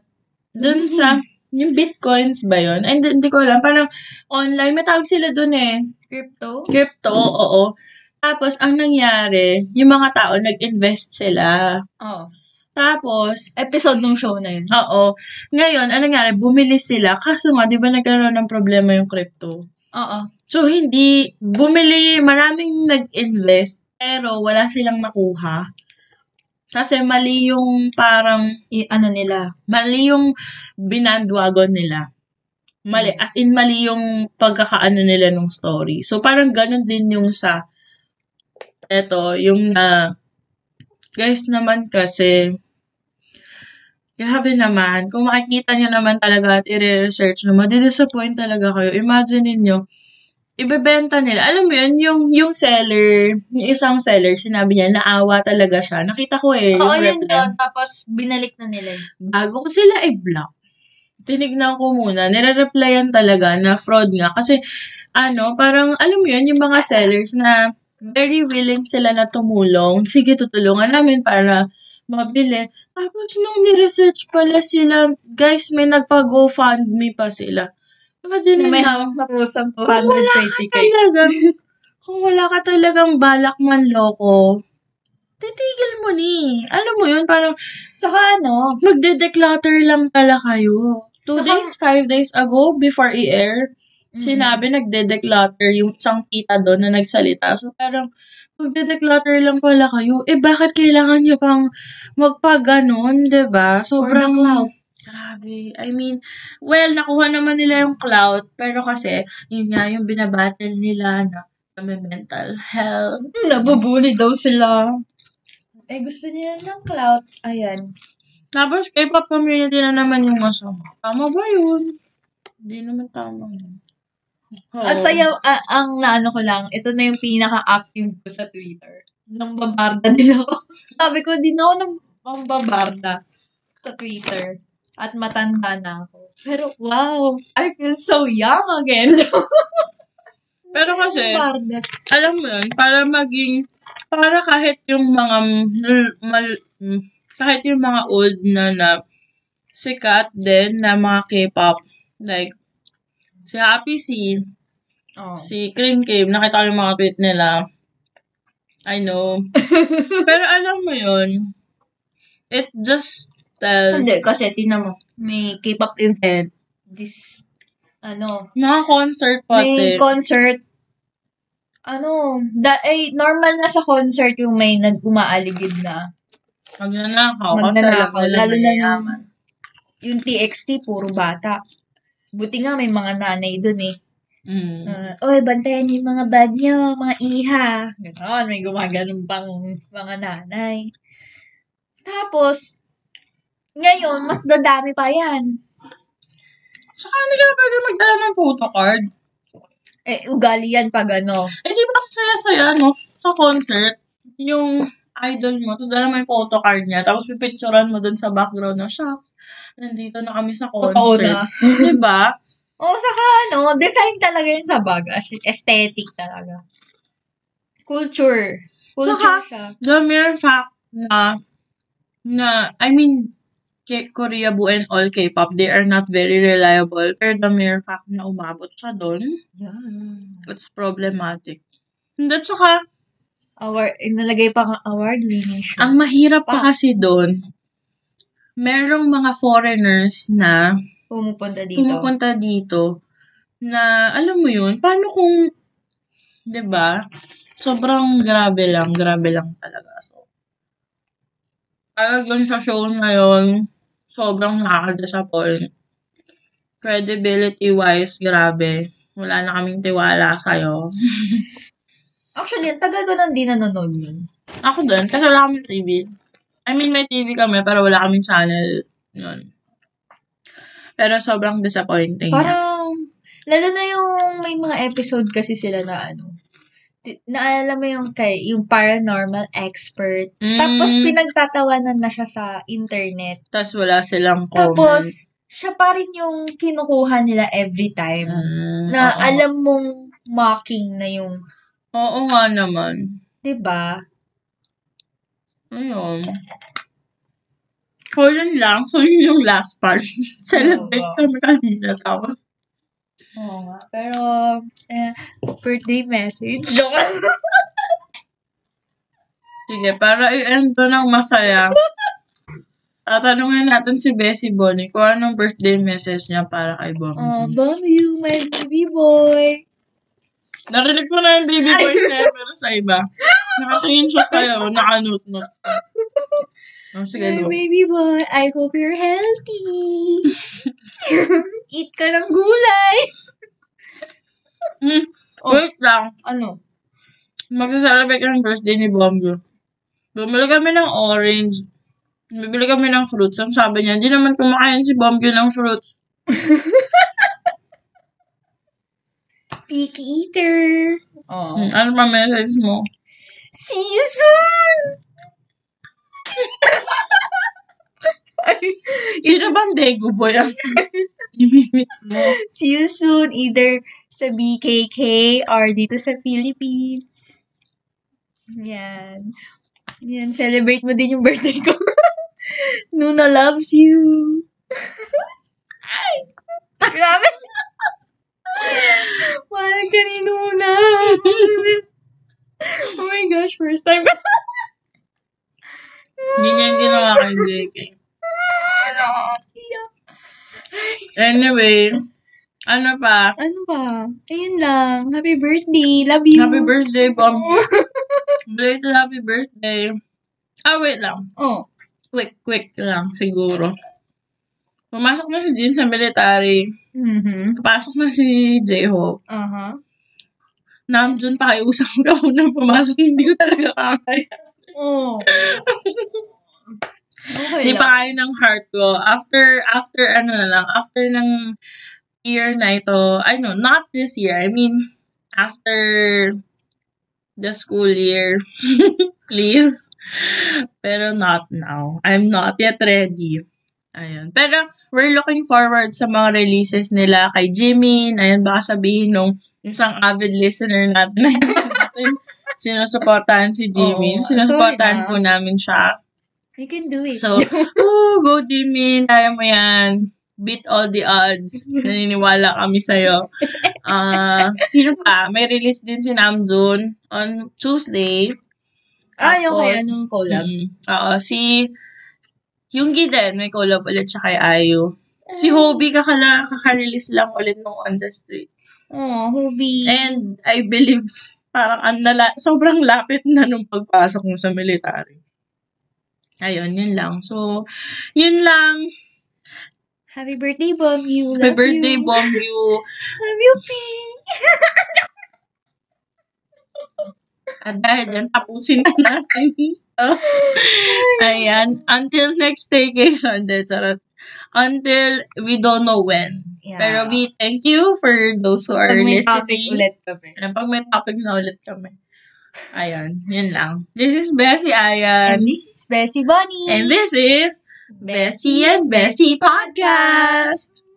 [SPEAKER 1] dun sa yung bitcoins ba yon Ay, hindi hindi ko alam. Parang online, may tawag sila dun eh.
[SPEAKER 2] Crypto?
[SPEAKER 1] Crypto, oo. Tapos, ang nangyari, yung mga tao, nag-invest sila.
[SPEAKER 2] Oh.
[SPEAKER 1] Tapos,
[SPEAKER 2] Episode ng show na yun.
[SPEAKER 1] Oo. Ngayon, ano nangyari? Bumili sila. Kaso nga, di ba nagkaroon ng problema yung crypto?
[SPEAKER 2] Oo.
[SPEAKER 1] So, hindi, bumili, maraming nag-invest, pero wala silang nakuha. Kasi mali yung parang,
[SPEAKER 2] I- ano nila.
[SPEAKER 1] mali yung binandwagon nila. Mali,
[SPEAKER 2] Hmm.
[SPEAKER 1] as in mali yung pagkakaano nila nung story. So, parang ganun din yung sa, eto, yung na, guys naman kasi, Grabe naman. Kung makikita nyo naman talaga at i-research nyo, madidisappoint talaga kayo. Imagine ninyo, ibebenta nila. Alam mo yun, yung, yung seller, yung isang seller, sinabi niya, naawa talaga siya. Nakita ko eh.
[SPEAKER 2] Oo,
[SPEAKER 1] yung
[SPEAKER 2] yun
[SPEAKER 1] rep niya.
[SPEAKER 2] yun. Tapos, binalik na nila. yun.
[SPEAKER 1] Bago ko sila i-block, tinignan ko muna, nire-replyan talaga na fraud nga. Kasi, ano, parang, alam mo yun, yung mga sellers na very willing sila na tumulong, sige, tutulungan namin para mabili. Tapos, nung niresearch pala sila, guys, may nagpa-GoFundMe pa sila. Imagine
[SPEAKER 2] Na may
[SPEAKER 1] mo-
[SPEAKER 2] hawak na pusang ko.
[SPEAKER 1] Kung wala ka
[SPEAKER 2] 120k.
[SPEAKER 1] talagang, kung wala ka talagang balak man loko, titigil mo ni. Alam mo yun, parang
[SPEAKER 2] Saka ano,
[SPEAKER 1] magde-declutter lang pala kayo. Two
[SPEAKER 2] Saka-
[SPEAKER 1] days, five days ago, before i-air,
[SPEAKER 2] mm.
[SPEAKER 1] sinabi nagde-declutter yung isang tita doon na nagsalita. So, parang, magde-declutter lang pala kayo. Eh, bakit kailangan nyo pang magpaganon, 'di ba Sobrang...
[SPEAKER 2] clout.
[SPEAKER 1] Grabe. I mean, well, nakuha naman nila yung clout, pero kasi, yun nga yung binabattle nila na may mental health.
[SPEAKER 2] Mm, nabubuli daw sila. Eh, gusto nila ng clout. Ayan.
[SPEAKER 1] Tapos, K-pop community na naman yung masama. Tama ba yun? Hindi naman tama yun. Oo.
[SPEAKER 2] Ang saya, ah, ang naano ko lang, ito na yung pinaka-active ko sa Twitter. Nang babarda din ako. Sabi ko, di na ako nang nang babarda sa Twitter. At matanda na ako. Pero wow, I feel so young again.
[SPEAKER 1] Pero kasi,
[SPEAKER 2] Babarda.
[SPEAKER 1] alam mo yun, para maging, para kahit yung mga, m- l- mal- m- kahit yung mga old na na sikat din na mga K-pop, like, si Happy C,
[SPEAKER 2] Oh.
[SPEAKER 1] si Cream Cave, nakita ko yung mga tweet nila. I know. Pero alam mo yun, it just tells
[SPEAKER 2] Hindi, kasi tinan mo, may K-pop event. This, ano,
[SPEAKER 1] mga concert
[SPEAKER 2] may
[SPEAKER 1] pati.
[SPEAKER 2] concert. Ano, da, eh, normal na sa concert yung may nag-umaaligid na.
[SPEAKER 1] Magnanakaw.
[SPEAKER 2] Magnanakaw, lalo na yung,
[SPEAKER 1] naman.
[SPEAKER 2] yung TXT, puro bata. Buti nga may mga nanay dun eh.
[SPEAKER 1] Mm.
[SPEAKER 2] Uh, Oy, bantayan niyo yung mga bad niyo, mga iha. Ganon, may gumaganon pang mga nanay. Tapos, ngayon, mas dadami pa yan.
[SPEAKER 1] Saka hindi ka na pwede magdala ng photocard.
[SPEAKER 2] Eh, ugali yan pag ano.
[SPEAKER 1] Eh, di ba ang saya-saya, no? Sa concert, yung idol mo, tapos dala mo yung photocard niya, tapos pipicturan mo dun sa background na, shucks, nandito na kami sa
[SPEAKER 2] Totoo
[SPEAKER 1] concert.
[SPEAKER 2] na.
[SPEAKER 1] Di ba?
[SPEAKER 2] Oo, saka ano, design talaga yun sa bag. As in, aesthetic talaga. Culture. Culture
[SPEAKER 1] Saka-
[SPEAKER 2] siya.
[SPEAKER 1] the mere fact na, na, I mean, K- Korea Bu and all K-pop, they are not very reliable. Pero the mere fact na umabot siya doon,
[SPEAKER 2] Yan.
[SPEAKER 1] it's problematic. And at saka,
[SPEAKER 2] Award, inalagay pa nga award winning siya.
[SPEAKER 1] ang mahirap pa kasi doon, merong mga foreigners na
[SPEAKER 2] pumupunta dito.
[SPEAKER 1] pumupunta dito na, alam mo yun, paano kung, 'di ba sobrang grabe lang, grabe lang talaga. So, parang dun sa show na yun, sobrang nakaka-disappoint. Credibility-wise, grabe. Wala na kaming tiwala sa'yo.
[SPEAKER 2] Actually, ang tagal ko nang di nanonood yun.
[SPEAKER 1] Ako dun, kasi wala kaming TV. I mean, may TV kami, pero wala kaming channel. Yun. Pero sobrang disappointing. niya.
[SPEAKER 2] Parang, lalo na yung may mga episode kasi sila na ano, ti- naalala mo yung kay, yung paranormal expert.
[SPEAKER 1] Mm,
[SPEAKER 2] Tapos, pinagtatawanan na siya sa internet.
[SPEAKER 1] tas wala silang comment.
[SPEAKER 2] Tapos, siya pa rin yung kinukuha nila every time.
[SPEAKER 1] Mm, oo.
[SPEAKER 2] Na alam mong mocking na yung,
[SPEAKER 1] Oo nga naman.
[SPEAKER 2] 'di ba?
[SPEAKER 1] Ayun. So, yun lang. So, yun yung last part. Celebrate
[SPEAKER 2] Oo.
[SPEAKER 1] kami kanina. Tapos,
[SPEAKER 2] Oo nga. Pero, eh, birthday message. Joke lang.
[SPEAKER 1] sige, para i-end to ng masaya. Tatanungin natin si Bessie Bonnie kung anong birthday message niya para kay Bonnie.
[SPEAKER 2] Oh, bomb you, my baby boy.
[SPEAKER 1] Narinig ko na yung baby boy niya, pero sa iba. Nakatingin siya sa'yo, nakanutnut. Oh, sige, go.
[SPEAKER 2] my baby boy, I hope you're healthy. Eat ka ng gulay.
[SPEAKER 1] Hmm,
[SPEAKER 2] Oh.
[SPEAKER 1] Wait lang.
[SPEAKER 2] Ano?
[SPEAKER 1] Magsa-celebrate ng birthday ni Bongo. Bumili kami ng orange. Bibili kami ng fruits. Ang sabi niya, hindi naman kumakain si Bongo ng fruits.
[SPEAKER 2] picky eater.
[SPEAKER 3] Oh.
[SPEAKER 1] Hmm, ano pa message mo?
[SPEAKER 2] See you soon!
[SPEAKER 1] Sino bang Daegu boy ang imimit mo?
[SPEAKER 2] See you soon either sa BKK or dito sa Philippines. Yan. Yan, celebrate mo din yung birthday ko. Nuna loves you. Ay! Grabe! Mahal ka ni Nuna. oh my gosh, first time.
[SPEAKER 1] Yun yung ginawa kay JK. Anyway, ano pa?
[SPEAKER 2] ano ba? Ayun lang. Happy birthday. Love you.
[SPEAKER 1] Happy birthday, Bob. Belated happy birthday. Ah, wait lang.
[SPEAKER 2] Oh.
[SPEAKER 1] Quick, quick lang, siguro. Pumasok na si Jin sa military.
[SPEAKER 2] Mm-hmm.
[SPEAKER 1] Papasok na si J-Hope.
[SPEAKER 2] Uh-huh.
[SPEAKER 1] Namjoon, pakiusap ka muna pumasok. Hindi ko talaga kakaya.
[SPEAKER 2] Oh. okay
[SPEAKER 1] Hindi pa kaya ng heart ko. After, after ano na lang, after ng year na ito, I know, not this year. I mean, after the school year. Please. Pero not now. I'm not yet ready. Ayun. Pero we're looking forward sa mga releases nila kay Jimmy. Ayun, baka sabihin nung isang avid listener natin na sinusuportahan si Jimmy.
[SPEAKER 2] Oo,
[SPEAKER 1] sinusuportahan
[SPEAKER 2] sorry na.
[SPEAKER 1] po namin siya.
[SPEAKER 2] You can do it.
[SPEAKER 1] So, woo, go Jimin, kaya mo yan. Beat all the odds. Naniniwala kami sa'yo. Ah, sino pa? May release din si Namjoon on Tuesday.
[SPEAKER 2] Ay, okay.
[SPEAKER 1] Tapos,
[SPEAKER 2] Anong collab?
[SPEAKER 1] Mm, oo, si Yoongi din, may collab ulit siya kay Ayu. Mm. Si Hobie kakala, kaka-release lang ulit nung On The Street.
[SPEAKER 2] Oh, Hobie.
[SPEAKER 1] And I believe parang ang nala- sobrang lapit na nung pagpasok mo sa military. Ayun, yun lang. So, yun lang.
[SPEAKER 2] Happy birthday, Bob. You
[SPEAKER 1] Happy
[SPEAKER 2] love
[SPEAKER 1] birthday,
[SPEAKER 2] you.
[SPEAKER 1] Bomb you.
[SPEAKER 2] Love you, P.
[SPEAKER 1] At dahil dyan, tapusin na natin. ito. Ayan. Until next staycation. De, charot. Until we don't know when.
[SPEAKER 2] Yeah.
[SPEAKER 1] Pero we thank you for those who are
[SPEAKER 2] Pag may topic
[SPEAKER 1] listening.
[SPEAKER 2] ulit kami.
[SPEAKER 1] Ayan, pag may topic na ulit kami. Ayan. Yun lang. This is Bessie Ayan.
[SPEAKER 2] And this is Bessie Bunny.
[SPEAKER 1] And this is Bessie and Bessie Podcast.